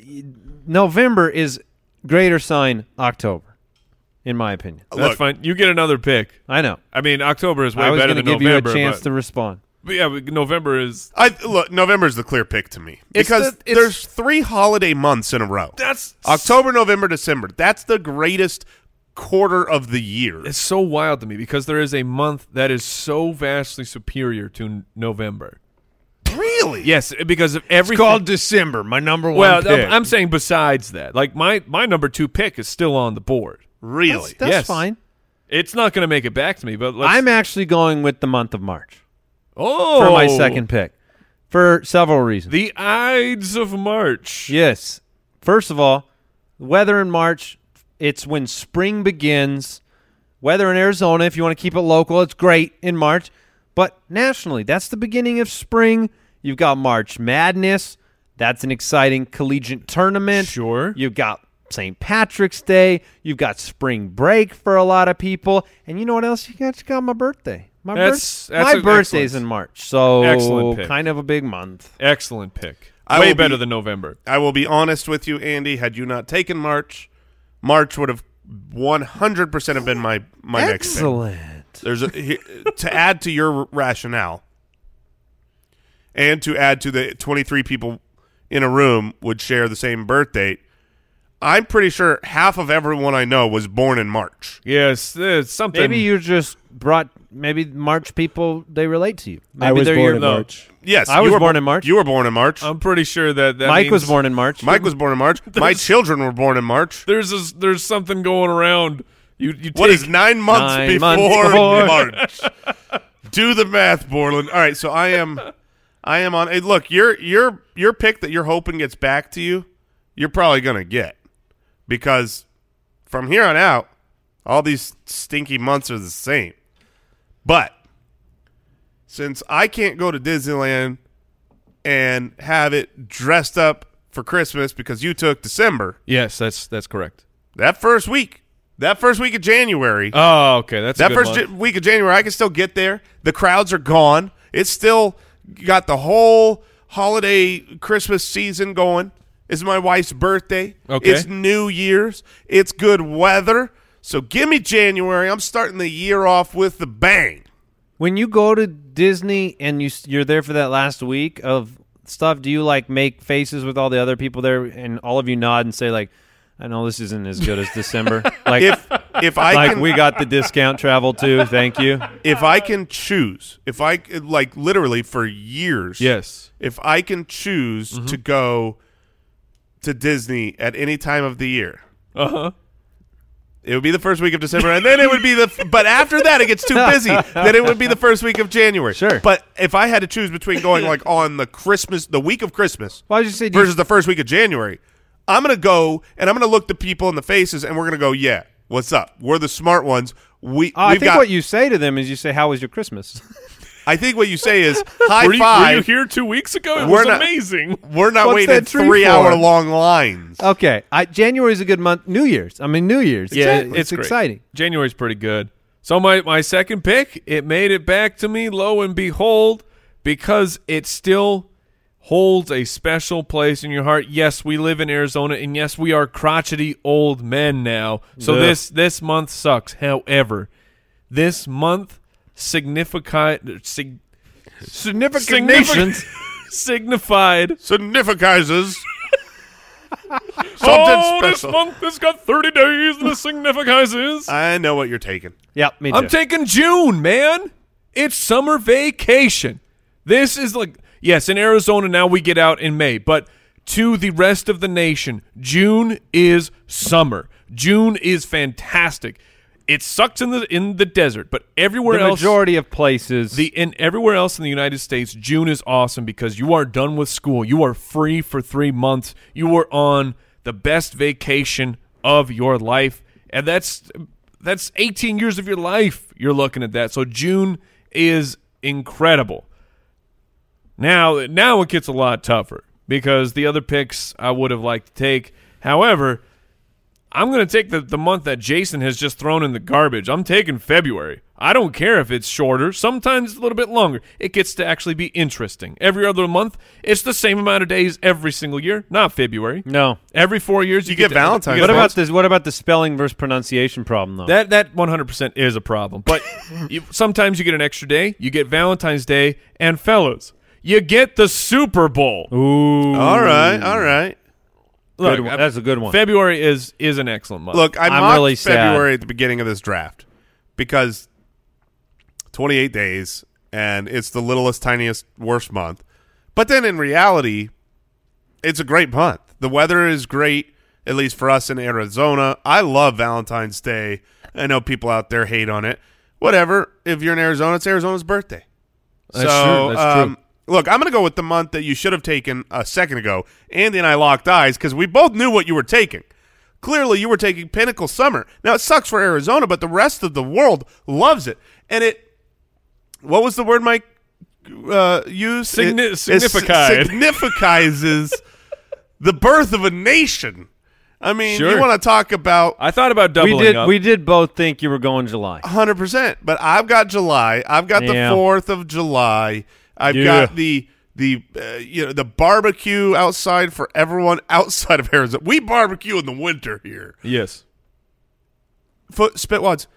Speaker 3: <laughs> November is greater sign October, in my opinion.
Speaker 1: that's
Speaker 4: Look.
Speaker 1: fine. You get another pick.
Speaker 3: I know.
Speaker 1: I mean, October is way
Speaker 3: I was
Speaker 1: better
Speaker 3: going to
Speaker 1: than
Speaker 3: give
Speaker 1: November.
Speaker 3: you a chance
Speaker 1: but, <laughs>
Speaker 3: to respond.
Speaker 1: but yeah, but November is
Speaker 4: I look November's the clear pick to me
Speaker 1: It's
Speaker 4: because
Speaker 1: the- it's-
Speaker 4: there's three holiday months in a row.
Speaker 1: that's
Speaker 4: October, November, December. That's the greatest quarter of the year.
Speaker 1: It's so wild to me because there is a month that is so vastly superior to n- November.
Speaker 4: really?
Speaker 1: Yes, because of everything.
Speaker 6: December, my number one
Speaker 1: well, I'm I'm saying besides that, like my my number two pick is still on the board.
Speaker 4: Really?
Speaker 3: That's
Speaker 1: Yes.
Speaker 3: fine.
Speaker 1: It's not going to make it back to me, but let's,
Speaker 3: I'm actually going with the month of March
Speaker 1: oh
Speaker 3: for my second pick for several reasons.
Speaker 1: The Ides of March.
Speaker 3: Yes. First of all, weather in March, it's when spring begins. Weather in Arizona, if you want to keep it local, it's great in March. But nationally, that's the beginning of spring. You've got March Madness. That's an exciting collegiate tournament.
Speaker 1: Sure.
Speaker 3: You've got St. Patrick's Day. You've got spring break for a lot of people. And you know what else? You got, you got my birthday. My, birth-
Speaker 1: That's- that's
Speaker 3: my
Speaker 1: an
Speaker 3: birthday's
Speaker 1: excellent-
Speaker 3: in March. So
Speaker 1: excellent pick.
Speaker 3: kind of a big month.
Speaker 1: Excellent pick.
Speaker 4: I
Speaker 1: Way
Speaker 4: will
Speaker 1: better
Speaker 4: be-
Speaker 1: than November.
Speaker 4: I will be honest with you, Andy. Had you not taken March, March would have 100% have been my my next
Speaker 3: Excellent.
Speaker 4: pick. There's a, he- to add to your rationale, and to add to the 23 people in a room would share the same birth date. I'm pretty sure half of everyone I know was born in March.
Speaker 1: Yes, it's something.
Speaker 3: Maybe you just brought maybe March people they relate to you. Maybe
Speaker 5: I was
Speaker 3: they're
Speaker 5: born
Speaker 3: your-
Speaker 5: in
Speaker 1: no.
Speaker 5: March.
Speaker 4: Yes,
Speaker 3: I
Speaker 4: you
Speaker 3: was
Speaker 4: were
Speaker 3: born in March. Um,
Speaker 4: You were born in March.
Speaker 1: I'm pretty sure that, that
Speaker 3: Mike was
Speaker 1: means
Speaker 3: born in March.
Speaker 4: Mike was born in March.
Speaker 3: <laughs>
Speaker 4: My children were born in March.
Speaker 1: There's a, there's something going around. You you
Speaker 4: What
Speaker 1: take
Speaker 4: is nine months
Speaker 3: Nine
Speaker 4: before,
Speaker 3: months
Speaker 4: <laughs>
Speaker 3: before.
Speaker 4: March? Do the math, Borland. All right, so I am, I am on. Hey, look, your your your pick that you're hoping gets back to you, you're probably gonna get because from here on out, all these stinky months are the same. But since I can't go to Disneyland and have it dressed up for Christmas because you took December
Speaker 1: Yes, that's that's correct.
Speaker 4: that first week, that first week of January.
Speaker 1: Oh, okay. That's a
Speaker 4: That
Speaker 1: good
Speaker 4: first
Speaker 1: month.
Speaker 4: j- week of January, I can still get there. The crowds are gone. It's still got the whole holiday Christmas season going. It's my wife's birthday.
Speaker 1: Okay.
Speaker 4: It's New Year's. It's good weather. So give me January. I'm starting the year off with the bang.
Speaker 3: when you go to Disney and you s- you're there for that last week of stuff, do you like make faces with all the other people there and all of you nod and say like, I know this isn't as good as
Speaker 1: <laughs>
Speaker 3: December. like
Speaker 4: If if I
Speaker 3: like
Speaker 4: can,
Speaker 3: we got the discount travel too. Thank you.
Speaker 4: if I can choose, if I c- like literally for years,
Speaker 1: yes.
Speaker 4: if I can choose
Speaker 3: Mm-hmm.
Speaker 4: to
Speaker 3: Uh-huh.
Speaker 4: go to Disney at any time of the year,
Speaker 1: Uh huh.
Speaker 4: It would be the first week of December, and then it would be the. f- But after that, it gets too busy. Then it would be the first week of January.
Speaker 3: Sure.
Speaker 4: But if I had to choose between going like on the Christmas, the week of Christmas,
Speaker 3: Why did you say do you-
Speaker 4: versus the first week of January, I'm gonna go and I'm gonna look the people in the faces, and we're gonna go, yeah, what's up? We're the smart ones. We
Speaker 3: Ah, I
Speaker 4: we've
Speaker 3: think
Speaker 4: got.
Speaker 3: what you say to them is you say, "How was your Christmas?"
Speaker 4: I think what you say
Speaker 3: <laughs>
Speaker 4: is high
Speaker 1: Were you, were
Speaker 4: five.
Speaker 1: you here two weeks ago? It
Speaker 4: We're
Speaker 1: was
Speaker 4: not-
Speaker 1: amazing.
Speaker 4: We're not
Speaker 3: What's
Speaker 4: waiting
Speaker 3: that tree
Speaker 4: three hour
Speaker 3: for?
Speaker 4: long lines.
Speaker 3: <laughs> okay, I, January is a good month. New Year's, I mean New Year's. it's,
Speaker 1: great.
Speaker 3: exciting.
Speaker 1: January's pretty good. So my my second pick, it made it back to me. Lo and behold, because it still holds a special place in your heart. Yes, we live in Arizona, and yes, we are crotchety old men now. So this this month sucks. However, this month significant sig,
Speaker 3: Significant,
Speaker 1: significant <laughs> signified
Speaker 4: Significizes. Something
Speaker 1: oh, this
Speaker 4: special.
Speaker 1: month has got 30 days and the significizes.
Speaker 4: I know what you're taking.
Speaker 3: Yep, me too.
Speaker 1: I'm taking June, man. It's summer vacation. This is like yes, in Arizona now we get out in May, but to the rest of the nation, June is summer. June is fantastic. It sucks in the in the desert, but everywhere
Speaker 3: the
Speaker 1: else
Speaker 3: majority of places.
Speaker 1: the in everywhere else in the United States, June is awesome because you are done with school. You are free for three months. You are on the best vacation of your life, and that's that's 18 years of your life. You're looking at that. So June is incredible. Now, now it gets a lot tougher because the other picks I would have liked to take. However, I'm going to take the, the month that Jason has just thrown in the garbage. I'm taking February. I don't care if it's shorter, sometimes a little bit longer. It gets to actually be interesting. Every other month, it's the same amount of days every single year, not February.
Speaker 3: no.
Speaker 1: Every four years, you,
Speaker 4: You get
Speaker 1: to-
Speaker 4: Valentine's
Speaker 1: you
Speaker 4: Day.
Speaker 1: get
Speaker 3: What
Speaker 1: a
Speaker 3: about this? What about the spelling versus pronunciation problem, though?
Speaker 1: that that 100% is a problem. But <laughs> you, sometimes you get an extra day. You get Valentine's Day and fellas, you get the Super Bowl.
Speaker 4: All right, all right.
Speaker 1: Look,
Speaker 3: Good one.
Speaker 1: I-
Speaker 3: That's a good one.
Speaker 1: February is is an excellent month.
Speaker 4: Look, I
Speaker 3: I'm
Speaker 4: mocked
Speaker 3: really sad.
Speaker 4: February at the beginning of this draft because 28 days and it's the littlest, tiniest, worst month. But then in reality, it's a great month. The weather is great, at least for us in Arizona. I love Valentine's Day. I know people out there hate on it. Whatever. If you're in Arizona, it's Arizona's birthday.
Speaker 1: That's
Speaker 4: so,
Speaker 1: true, that's true.
Speaker 4: um, Look, I'm going to go with the month that you should have taken a second ago. Andy and I locked eyes because we both knew what you were taking. Clearly, you were taking Pinnacle Summer. Now, it sucks for Arizona, but the rest of the world loves it. And it, what was the word Mike uh, used?
Speaker 1: Signi-
Speaker 4: It- it s-
Speaker 1: signified.
Speaker 4: significizes the birth of a nation. I mean, you
Speaker 1: Sure.
Speaker 4: want to talk about
Speaker 1: I thought about doubling
Speaker 3: we did.
Speaker 1: up.
Speaker 3: We did both think you were going July.
Speaker 4: hundred percent. But I've got July. I've got
Speaker 3: Yeah.
Speaker 4: the fourth of July. I've
Speaker 1: Yeah.
Speaker 4: got the the uh, you know the barbecue outside for everyone outside of Arizona. We barbecue in the winter here.
Speaker 1: yes.
Speaker 4: Foot spitwads.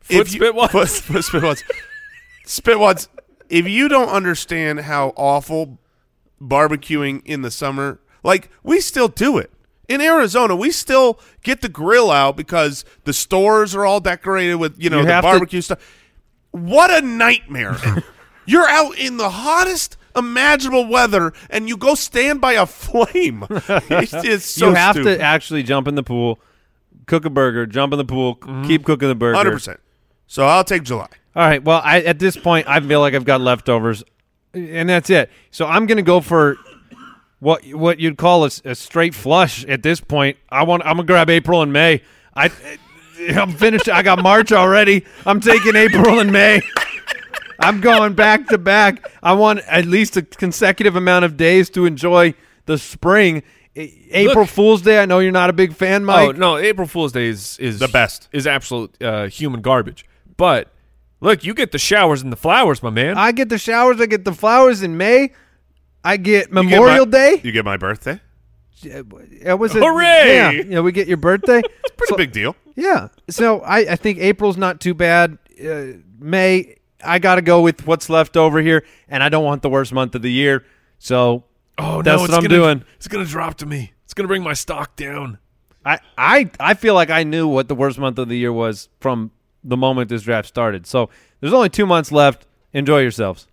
Speaker 1: Foot
Speaker 4: If you-
Speaker 1: spitwads?
Speaker 4: Foot, foot spitwads. spitwads. If you don't understand how awful barbecuing in the summer, like we still do it in Arizona, we still get the grill out because the stores are all decorated with you know
Speaker 3: You
Speaker 4: the
Speaker 3: have to-
Speaker 4: barbecue stuff. What a
Speaker 3: <laughs>
Speaker 4: nightmare! You're out in the hottest imaginable weather, and you go stand by
Speaker 3: <laughs>
Speaker 4: a flame. It's, it's so
Speaker 3: you have
Speaker 4: stupid.
Speaker 3: to actually jump in the pool, cook a burger, jump in the pool, c- keep cooking the burger.
Speaker 4: hundred percent. So I'll take July.
Speaker 3: All right. Well, I, at this point, I feel like I've got leftovers, and that's it. So I'm going to go for what what you'd call a, s- a straight flush. At this point, I want I'm going to grab April and May. I I'm finished. I got March already. I'm taking April and May. I'm going back to back. I want at least a consecutive amount of days to enjoy the spring. A- April
Speaker 1: Look-
Speaker 3: Fool's Day. I know you're not a big fan, Mike.
Speaker 1: Oh no, April Fool's Day is, is
Speaker 4: The best.
Speaker 1: Is absolute uh, human garbage. But look, you get the showers and the flowers, my man.
Speaker 3: I get the showers. I get the flowers in May. I get
Speaker 4: You get
Speaker 3: Memorial
Speaker 4: my-
Speaker 3: Day.
Speaker 4: You get my birthday.
Speaker 3: It was a,
Speaker 4: <laughs>
Speaker 1: Hooray!
Speaker 3: Yeah, you know, we get your birthday. it's
Speaker 4: Pretty big deal.
Speaker 3: Yeah. So I, I think April's not too bad. Uh, May, I got to go with what's left over here, and I don't want the worst month of the year. So
Speaker 1: oh no,
Speaker 3: that's
Speaker 1: it's
Speaker 3: what I'm
Speaker 1: gonna,
Speaker 3: doing.
Speaker 1: It's gonna drop to me. It's gonna bring my stock down.
Speaker 3: I, I, I feel like I knew what the worst month of the year was from the moment this draft started. So there's only two months left. Enjoy yourselves.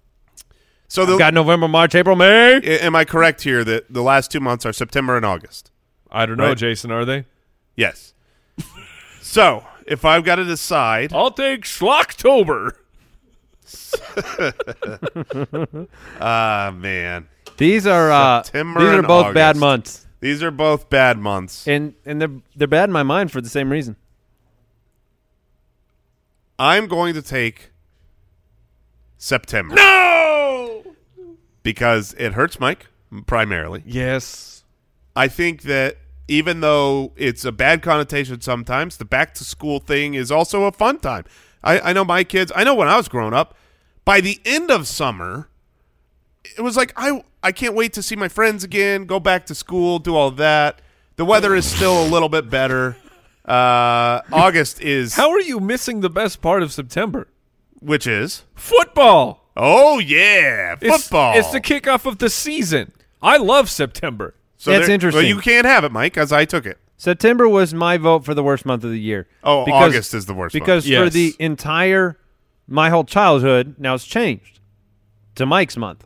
Speaker 4: So the,
Speaker 3: We've got November, March, April, May.
Speaker 4: A- Am I correct here that the last two months are September and August?
Speaker 1: I don't know,
Speaker 3: <laughs>
Speaker 4: Right.
Speaker 1: Jason. Are they?
Speaker 4: Yes. So if I've got to decide,
Speaker 1: I'll take Schlocktober.
Speaker 4: ah man,
Speaker 3: These are uh, these
Speaker 4: September
Speaker 3: are
Speaker 4: and
Speaker 3: both bad
Speaker 4: August.
Speaker 3: months,
Speaker 4: these are both bad months.
Speaker 3: and and they're they're bad in my mind for the same reason.
Speaker 4: I'm going to take September
Speaker 1: No.
Speaker 4: because it hurts Mike primarily.
Speaker 1: Yes.
Speaker 4: I think that even though it's a bad connotation sometimes, the back to school thing is also a fun time. I, I know my kids, I know when I was growing up, by the end of summer, it was like I I can't wait to see my friends again, go back to school, do all that. The weather is still a little bit better. Uh, August is
Speaker 1: How are you missing the best part of September?
Speaker 4: which is
Speaker 1: Football.
Speaker 4: oh yeah,
Speaker 1: It's-
Speaker 4: football.
Speaker 1: It's, the kickoff of the season. I love September.
Speaker 4: so
Speaker 3: That's
Speaker 4: there-
Speaker 3: interesting.
Speaker 4: Well, you can't have it, Mike, as I took it.
Speaker 3: September was my vote for the worst month of the year.
Speaker 4: Oh, August is the worst month.
Speaker 3: Because for
Speaker 1: Yes.
Speaker 3: the entire my whole childhood, now it's changed to Mike's month.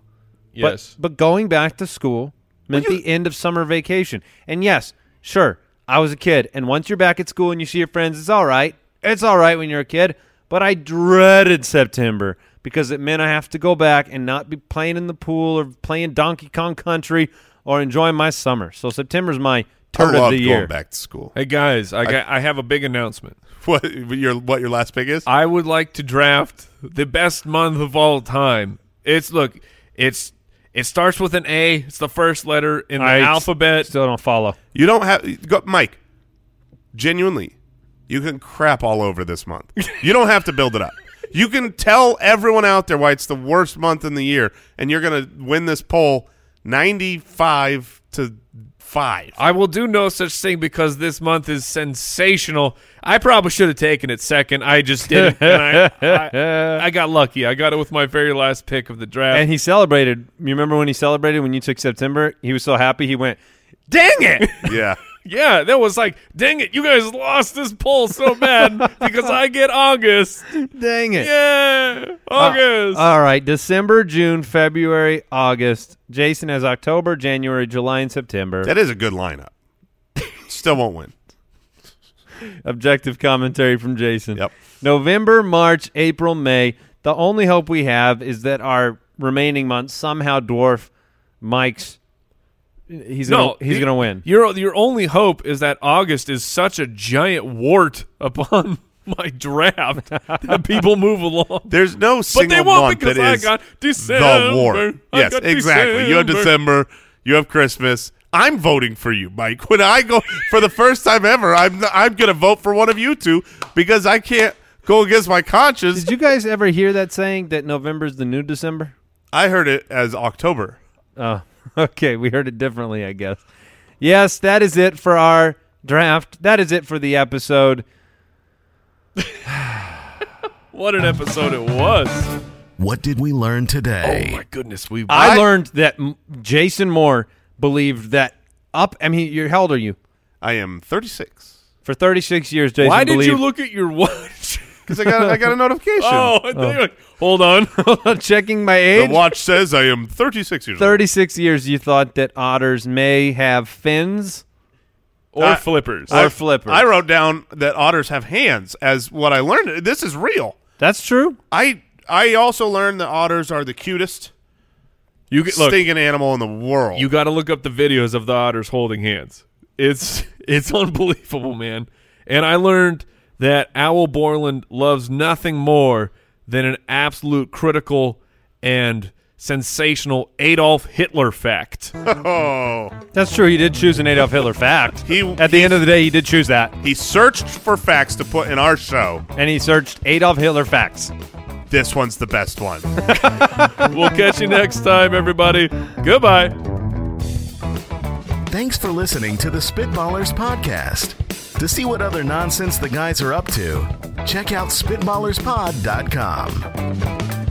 Speaker 1: Yes.
Speaker 3: But but going back to school meant the end of summer vacation. And yes, sure, I was a kid, and once you're back at school and you see your friends, it's all right. It's all right when you're a kid. But I dreaded September because it meant I have to go back and not be playing in the pool or playing Donkey Kong Country or enjoying my summer. So September's my
Speaker 4: I
Speaker 3: turn of
Speaker 4: loved
Speaker 3: the year.
Speaker 4: going back to school. <laughs>
Speaker 1: Hey guys, I, got, I have a big announcement.
Speaker 4: What your what your last pick is?
Speaker 1: I would like to draft the best month of all time. It's look, it's it starts with an A. It's the first letter in the
Speaker 3: I s-
Speaker 1: alphabet.
Speaker 3: Still don't follow.
Speaker 4: You don't have go, Mike. Genuinely, you can crap all over this month. You don't have to build it up. You can tell everyone out there why it's the worst month in the year, and you're going to win this poll ninety-five to five.
Speaker 1: I will do no such thing because this month is sensational. I probably should have taken it second. I just
Speaker 3: <laughs>
Speaker 1: didn't. and I, I, I got lucky. I got it with my very last pick of the draft.
Speaker 3: And he celebrated. You remember when he celebrated when you took September? He was so happy. He went, "Dang it!"
Speaker 4: yeah,
Speaker 1: <laughs> yeah, that was like, dang it, you guys lost this poll so
Speaker 3: <laughs>
Speaker 1: bad because I get August.
Speaker 3: Dang it!
Speaker 1: Yeah,
Speaker 3: Uh,
Speaker 1: August.
Speaker 3: All right, December, June, February, August. Jason has October, January, July, and September.
Speaker 4: that is a good lineup. Still won't win.
Speaker 3: Objective commentary from Jason.
Speaker 4: Yep.
Speaker 3: November, March, April, May. The only hope we have is that our remaining months somehow dwarf Mike's. He's
Speaker 1: no,
Speaker 3: gonna, he's
Speaker 1: you-
Speaker 3: gonna win.
Speaker 1: Your your only hope is that August is such a giant wart upon <laughs> my draft that people move along.
Speaker 4: <laughs> There's no
Speaker 1: But
Speaker 4: single
Speaker 1: they won't
Speaker 4: month
Speaker 1: because
Speaker 4: that
Speaker 1: I
Speaker 4: is
Speaker 1: got December.
Speaker 4: the war.
Speaker 1: I
Speaker 4: Yes,
Speaker 1: got
Speaker 4: exactly. You have
Speaker 1: December.
Speaker 4: December. You have Christmas. I'm voting for you, Mike. <laughs> When I go for the first time ever, I'm I'm gonna vote for one of you two because I can't go against my conscience.
Speaker 3: Did you guys ever hear that saying that November's the new December?
Speaker 4: I heard it as October.
Speaker 3: Oh, <laughs> okay. We heard it differently, I guess. Yes, that is it for our draft. That is it for the episode.
Speaker 1: What an episode it was!
Speaker 2: What did we learn
Speaker 1: Oh
Speaker 2: today?
Speaker 1: my goodness, we.
Speaker 3: I,
Speaker 4: I-
Speaker 3: learned that M- Jason Moore believed that up. I mean, you're, how old are you?
Speaker 4: I am 36
Speaker 3: For 36 years, Jason.
Speaker 1: Why did you
Speaker 3: believed-
Speaker 1: look at your watch? <laughs>
Speaker 4: because I got I got a notification.
Speaker 1: oh, I think like, hold on.
Speaker 3: <laughs> checking my
Speaker 4: The
Speaker 3: age?
Speaker 4: watch says I am 36 years
Speaker 3: 36 years. You thought that otters may have fins
Speaker 1: <laughs> or
Speaker 4: I-
Speaker 1: flippers.
Speaker 3: or
Speaker 4: old.
Speaker 3: flippers.
Speaker 4: I wrote down that otters have hands as what I learned. This is real.
Speaker 3: That's true.
Speaker 4: I I also learned that otters are the cutest
Speaker 1: you get, look.
Speaker 4: stinking animal in the world.
Speaker 1: You got to look up the videos of the otters holding hands. It's <laughs> it's unbelievable, man. And I learned that Owl Borland loves nothing more than an absolute critical and sensational Adolf Hitler fact.
Speaker 4: oh.
Speaker 3: That's true. He did choose an Adolf Hitler fact.
Speaker 4: He-
Speaker 3: At the end of the day, he did choose that.
Speaker 4: He searched for facts to put in our show.
Speaker 3: And he searched Adolf Hitler facts.
Speaker 4: This one's the best one.
Speaker 1: we'll catch you next time, everybody. Goodbye.
Speaker 2: Thanks for listening to the Spitballers Podcast. To see what other nonsense the guys are up to, check out SpitballersPod.com.